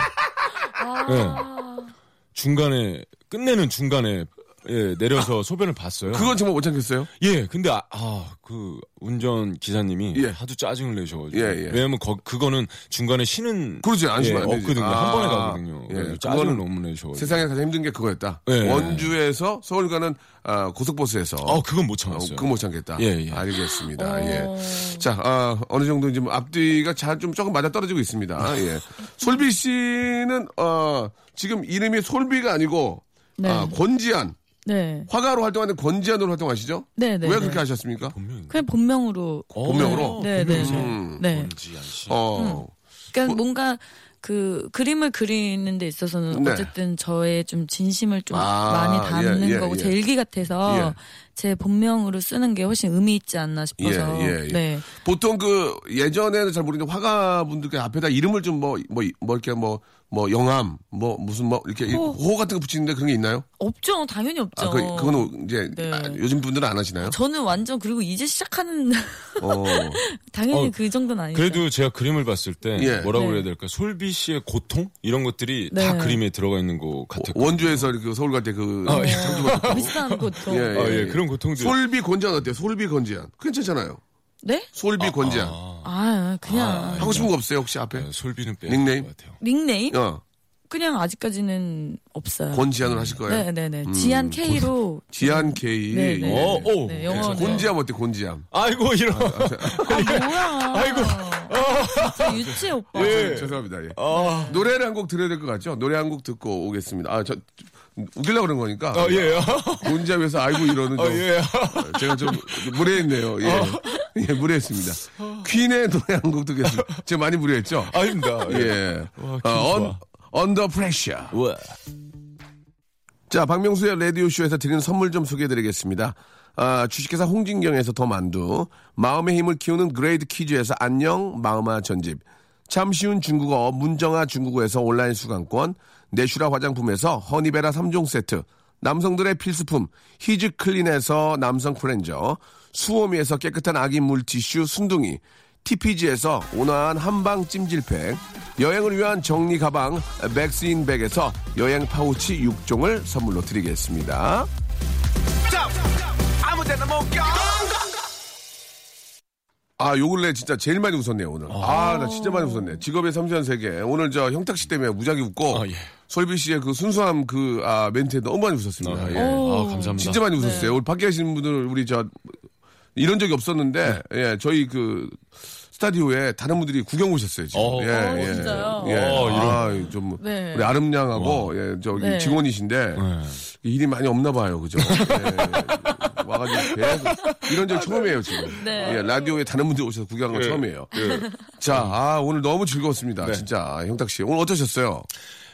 [SPEAKER 3] 아.
[SPEAKER 2] 예. 중간에 끝내는 중간에 예, 내려서 소변을 봤어요.
[SPEAKER 1] 그건 정말 못 참겠어요?
[SPEAKER 2] 예, 근데 아, 아, 그 운전 기사님이
[SPEAKER 1] 예.
[SPEAKER 2] 하도 짜증을 내셔가지고
[SPEAKER 1] 예, 예.
[SPEAKER 2] 왜냐면 거, 그거는 중간에 쉬는
[SPEAKER 1] 그러지, 안 쉬면
[SPEAKER 2] 예,
[SPEAKER 1] 안 되지.
[SPEAKER 2] 없거든요.
[SPEAKER 1] 아.
[SPEAKER 2] 한 번에 가거든요.
[SPEAKER 1] 예,
[SPEAKER 2] 그래서
[SPEAKER 1] 그거는
[SPEAKER 2] 짜증을 너무 내셔가지고
[SPEAKER 1] 세상에 가장 힘든 게 그거였다.
[SPEAKER 2] 예.
[SPEAKER 1] 원주에서 서울 가는 아, 고속버스에서.
[SPEAKER 2] 아, 그건 못
[SPEAKER 1] 어,
[SPEAKER 2] 참았어요.
[SPEAKER 1] 그거 못 참겠다.
[SPEAKER 2] 예, 예.
[SPEAKER 1] 알겠습니다.
[SPEAKER 3] 어.
[SPEAKER 1] 예. 자, 아, 어느 정도 지금 앞뒤가 잘 좀 조금 맞아 떨어지고 있습니다. 예. 솔비 씨는 어, 지금 이름이 솔비가 아니고
[SPEAKER 3] 네.
[SPEAKER 1] 아, 권지안
[SPEAKER 3] 네.
[SPEAKER 1] 화가로 활동하는데 권지안으로 활동하시죠?
[SPEAKER 3] 네, 네,
[SPEAKER 1] 왜
[SPEAKER 3] 네.
[SPEAKER 1] 그렇게 하셨습니까?
[SPEAKER 3] 그냥 본명으로.
[SPEAKER 1] 어,
[SPEAKER 2] 어,
[SPEAKER 1] 본명으로?
[SPEAKER 3] 네, 네. 네.
[SPEAKER 1] 음.
[SPEAKER 3] 네.
[SPEAKER 1] 어.
[SPEAKER 3] 그러니까 뭔가 그 그림을 그리는 데 있어서는
[SPEAKER 1] 네.
[SPEAKER 3] 어쨌든 저의 좀 진심을 좀
[SPEAKER 1] 아,
[SPEAKER 3] 많이 담는
[SPEAKER 1] 예, 예,
[SPEAKER 3] 거고
[SPEAKER 1] 예.
[SPEAKER 3] 제 일기 같아서
[SPEAKER 1] 예.
[SPEAKER 3] 제 본명으로 쓰는 게 훨씬 의미 있지 않나 싶어서
[SPEAKER 1] 예, 예, 예.
[SPEAKER 3] 네.
[SPEAKER 1] 보통 그 예전에는 잘 모르는데 화가분들께 앞에다 이름을 좀 뭐 뭐 뭐 이렇게 뭐 뭐 영암 뭐 무슨 뭐 이렇게
[SPEAKER 3] 호.
[SPEAKER 1] 호 같은 거 붙이는데 그런 게 있나요?
[SPEAKER 3] 없죠 당연히 없죠.
[SPEAKER 1] 아, 그, 그건 이제
[SPEAKER 3] 네.
[SPEAKER 1] 아, 요즘 분들은 안 하시나요?
[SPEAKER 3] 저는 완전 그리고 이제 시작하는
[SPEAKER 1] 어.
[SPEAKER 3] 당연히
[SPEAKER 2] 어,
[SPEAKER 3] 그 정도는 아니죠.
[SPEAKER 2] 그래도 제가 그림을 봤을 때
[SPEAKER 1] 예.
[SPEAKER 2] 뭐라고
[SPEAKER 3] 네.
[SPEAKER 2] 그래야 될까? 솔비 씨의 고통 이런 것들이 다
[SPEAKER 3] 네.
[SPEAKER 2] 그림에 들어가 있는 것 같았고.
[SPEAKER 1] 원주에서 이렇게 서울 갈 때그
[SPEAKER 2] 아, 예.
[SPEAKER 3] 비슷한 것도.
[SPEAKER 1] 예,
[SPEAKER 2] 아, 예, 그런 고통들.
[SPEAKER 1] 솔비 권지안 어때요? 솔비 권지안 괜찮잖아요.
[SPEAKER 3] 네?
[SPEAKER 1] 솔비 권지안
[SPEAKER 3] 아 그냥
[SPEAKER 1] 하고 싶은 거 없어요 혹시 앞에?
[SPEAKER 2] 아, 솔비는 빼야
[SPEAKER 1] 닉네임?
[SPEAKER 2] 될것 같아요.
[SPEAKER 3] 닉네임
[SPEAKER 1] 어,
[SPEAKER 3] 그냥 아직까지는 없어요.
[SPEAKER 1] 권지안을 하실 거예요. 음,
[SPEAKER 3] 네네네. 지안 K로.
[SPEAKER 1] 지안 K.
[SPEAKER 3] 네, 네.
[SPEAKER 2] 어, 오.
[SPEAKER 3] 네, 영어.
[SPEAKER 1] 곤지암 어때? 곤지암.
[SPEAKER 2] 아이고 이런.
[SPEAKER 3] 아, 뭐야. 아이고.
[SPEAKER 1] 아.
[SPEAKER 3] 진짜
[SPEAKER 2] 네.
[SPEAKER 3] 유치해, 오빠.
[SPEAKER 1] 예. 죄송합니다. 예.
[SPEAKER 2] 아,
[SPEAKER 1] 노래를 한 곡 들어야 될 것 같죠? 노래 한 곡 듣고 오겠습니다. 아, 저 웃기려고 그런 거니까.
[SPEAKER 2] 아 예.
[SPEAKER 1] 곤지암에서 아이고 이러는 좀
[SPEAKER 2] 아 예. 어.
[SPEAKER 1] 제가 좀 무례했네요. 예. 예, 무례했습니다. 퀸의 노래 한 곡 듣겠습니다. 제가 많이 무례했죠?
[SPEAKER 2] 아닙니다. 예.
[SPEAKER 1] 예.
[SPEAKER 2] 와, 퀸
[SPEAKER 1] 어,
[SPEAKER 2] 좋아.
[SPEAKER 1] 언더 프레셔.
[SPEAKER 2] 우와.
[SPEAKER 1] 자, 박명수의 라디오쇼에서 드리는 선물 좀 소개해드리겠습니다. 아, 주식회사 홍진경에서 더 만두, 마음의 힘을 키우는 그레이드 키즈에서 안녕, 마음아 전집, 참 쉬운 중국어 문정아 중국어에서 온라인 수강권, 내슈라 화장품에서 허니베라 3종 세트, 남성들의 필수품 히즈 클린에서 남성 클렌저, 수오미에서 깨끗한 아기 물티슈 순둥이, TPG에서 온화한 한방 찜질팩, 여행을 위한 정리 가방 맥스인 백에서 여행 파우치 6종을 선물로 드리겠습니다. 아, 요 근래 진짜 제일 많이 웃었네요, 오늘. 아, 나 진짜 많이 웃었네. 직업의 섬세한 세계. 오늘 저 형탁 씨 때문에 무작위 웃고,
[SPEAKER 2] 아, 예.
[SPEAKER 1] 솔비 씨의 그 순수함 그, 아, 멘트에 너무 많이 웃었습니다.
[SPEAKER 2] 아, 예.
[SPEAKER 1] 예.
[SPEAKER 2] 아, 감사합니다.
[SPEAKER 1] 진짜 많이
[SPEAKER 2] 네.
[SPEAKER 1] 웃었어요. 우리 밖에 계신 분들 우리 저 이런 적이 없었는데
[SPEAKER 2] 네.
[SPEAKER 1] 예 저희 그 스타디오에 다른 분들이 구경 오셨어요 지금.
[SPEAKER 2] 어.
[SPEAKER 1] 예,
[SPEAKER 3] 어,
[SPEAKER 1] 예.
[SPEAKER 3] 진짜요?
[SPEAKER 1] 예.
[SPEAKER 2] 어,
[SPEAKER 1] 아, 좀
[SPEAKER 3] 네.
[SPEAKER 1] 우리 아름양하고 예 저기
[SPEAKER 3] 네.
[SPEAKER 1] 직원이신데 일이 많이 없나 봐요 그죠? 예. 와가지고 계속 이런 적 처음이에요 지금.
[SPEAKER 3] 네.
[SPEAKER 1] 예 라디오에 다른 분들 오셔서 구경한
[SPEAKER 2] 네.
[SPEAKER 1] 건 처음이에요.
[SPEAKER 2] 예.
[SPEAKER 1] 자, 아 오늘 너무 즐거웠습니다 진짜 형탁 씨 오늘 어떠셨어요?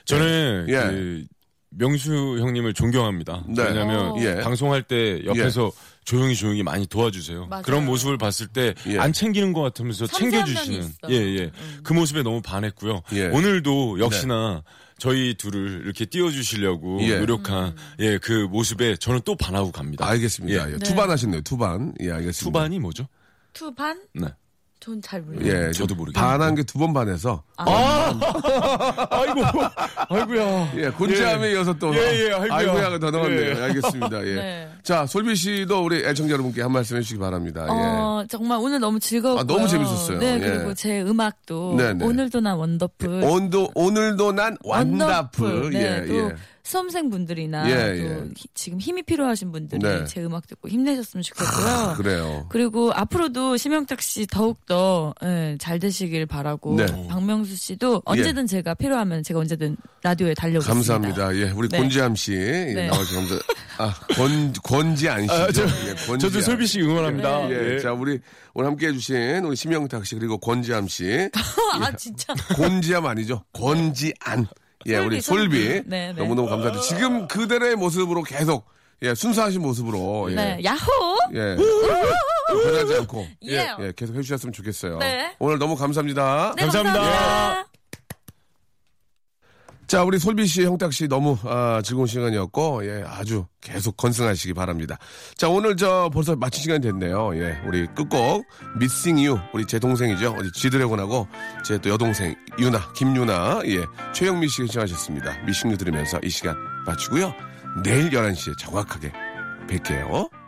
[SPEAKER 2] 저는
[SPEAKER 1] 예.
[SPEAKER 2] 그 명수 형님을 존경합니다.
[SPEAKER 1] 네.
[SPEAKER 2] 왜냐하면
[SPEAKER 1] 예.
[SPEAKER 2] 방송할 때 옆에서 조용히 조용히 많이 도와주세요.
[SPEAKER 3] 맞아요.
[SPEAKER 2] 그런 모습을 봤을 때 안
[SPEAKER 1] 예.
[SPEAKER 2] 챙기는 것 같으면서
[SPEAKER 3] 섬세한 면이
[SPEAKER 2] 챙겨주시는
[SPEAKER 3] 있어. 음.
[SPEAKER 2] 예예 그 모습에 너무 반했고요.
[SPEAKER 1] 예. 네.
[SPEAKER 2] 오늘도 역시나 저희 둘을 이렇게 띄워주시려고
[SPEAKER 1] 예.
[SPEAKER 3] 음.
[SPEAKER 2] 노력한 예 그 모습에 저는 또 반하고 갑니다.
[SPEAKER 1] 알겠습니다.
[SPEAKER 2] 예.
[SPEAKER 1] 예, 투반 하셨네요 투반. 예 알겠습니다.
[SPEAKER 2] 투반이 뭐죠?
[SPEAKER 3] 투반?
[SPEAKER 2] 네.
[SPEAKER 3] 전 잘 몰라요.
[SPEAKER 1] 예,
[SPEAKER 2] 저도
[SPEAKER 1] 좀
[SPEAKER 2] 모르겠네요.
[SPEAKER 1] 반한 게 두 번 반해서.
[SPEAKER 2] 아이고 아이고야.
[SPEAKER 1] 예, 곤지암에 이어서 또.
[SPEAKER 2] 예, 예, 아이고야.
[SPEAKER 1] 아이고야가 더 나왔네요.
[SPEAKER 2] 예.
[SPEAKER 1] 알겠습니다. 예.
[SPEAKER 3] 네.
[SPEAKER 1] 자, 솔비 씨도 우리 애청자 여러분께 한 말씀 해주시기 바랍니다. 예.
[SPEAKER 3] 어, 정말 오늘 너무 즐거웠고.
[SPEAKER 1] 아, 너무 재밌었어요.
[SPEAKER 3] 네,
[SPEAKER 1] 예.
[SPEAKER 3] 그리고 제 음악도
[SPEAKER 1] 네네.
[SPEAKER 3] 오늘도 난 원더풀.
[SPEAKER 1] 오늘도, 오늘도 난 완다풀.
[SPEAKER 3] 원더풀. 네,
[SPEAKER 1] 예,
[SPEAKER 3] 또
[SPEAKER 1] 예.
[SPEAKER 3] 수험생분들이나
[SPEAKER 1] 예,
[SPEAKER 3] 또
[SPEAKER 1] 예.
[SPEAKER 3] 히- 지금 힘이 필요하신 분들이
[SPEAKER 1] 네. 아,
[SPEAKER 3] 제 음악 듣고 힘내셨으면 좋겠고요.
[SPEAKER 1] 그래요.
[SPEAKER 3] 그리고 앞으로도 심영탁 씨 더욱더 예, 잘 되시길 바라고
[SPEAKER 1] 네.
[SPEAKER 3] 박명수 씨도 언제든 제가 필요하면 제가 언제든 라디오에 달려오겠습니다.
[SPEAKER 1] 감사합니다. 예, 우리
[SPEAKER 3] 네.
[SPEAKER 1] 권지암 씨. 예,
[SPEAKER 3] 네.
[SPEAKER 1] 나와주셔서 감사. 아, 권, 권지안 씨죠.
[SPEAKER 2] 아, 저-
[SPEAKER 1] 예, 권지안.
[SPEAKER 2] 저도 솔비 씨 응원합니다.
[SPEAKER 1] 예, 자, 우리 오늘 함께 해주신 우리 심영탁 씨, 그리고 권지암 씨. 예.
[SPEAKER 3] 아 진짜.
[SPEAKER 1] 곤지암 아니죠? 권지안. 예,
[SPEAKER 3] 솔비,
[SPEAKER 1] 우리 솔비.
[SPEAKER 3] 솔비. 네, 네.
[SPEAKER 1] 너무너무 감사드리고 지금 그대의 모습으로 계속 예, 순수하신 모습으로 예.
[SPEAKER 3] 네. 야호.
[SPEAKER 1] 예. 변하지 않고
[SPEAKER 3] 예.
[SPEAKER 1] 예, 계속 해주셨으면 좋겠어요.
[SPEAKER 3] 네.
[SPEAKER 1] 오늘 너무 감사합니다.
[SPEAKER 3] 네,
[SPEAKER 2] 감사합니다.
[SPEAKER 3] 감사합니다.
[SPEAKER 1] 자, 우리 솔비 씨, 형탁 씨 너무 아, 즐거운 시간이었고, 예, 아주 계속 건승하시기 바랍니다. 자, 오늘 저 벌써 마칠 시간이 됐네요. 예, 우리 끝곡 미싱 유 우리 제 동생이죠. 우리 지드래곤하고 제 또 여동생 유나, 김유나, 예, 최영미 씨가 시청하셨습니다. 미싱 유 들으면서 이 시간 마치고요. 내일 11시에 정확하게 뵐게요.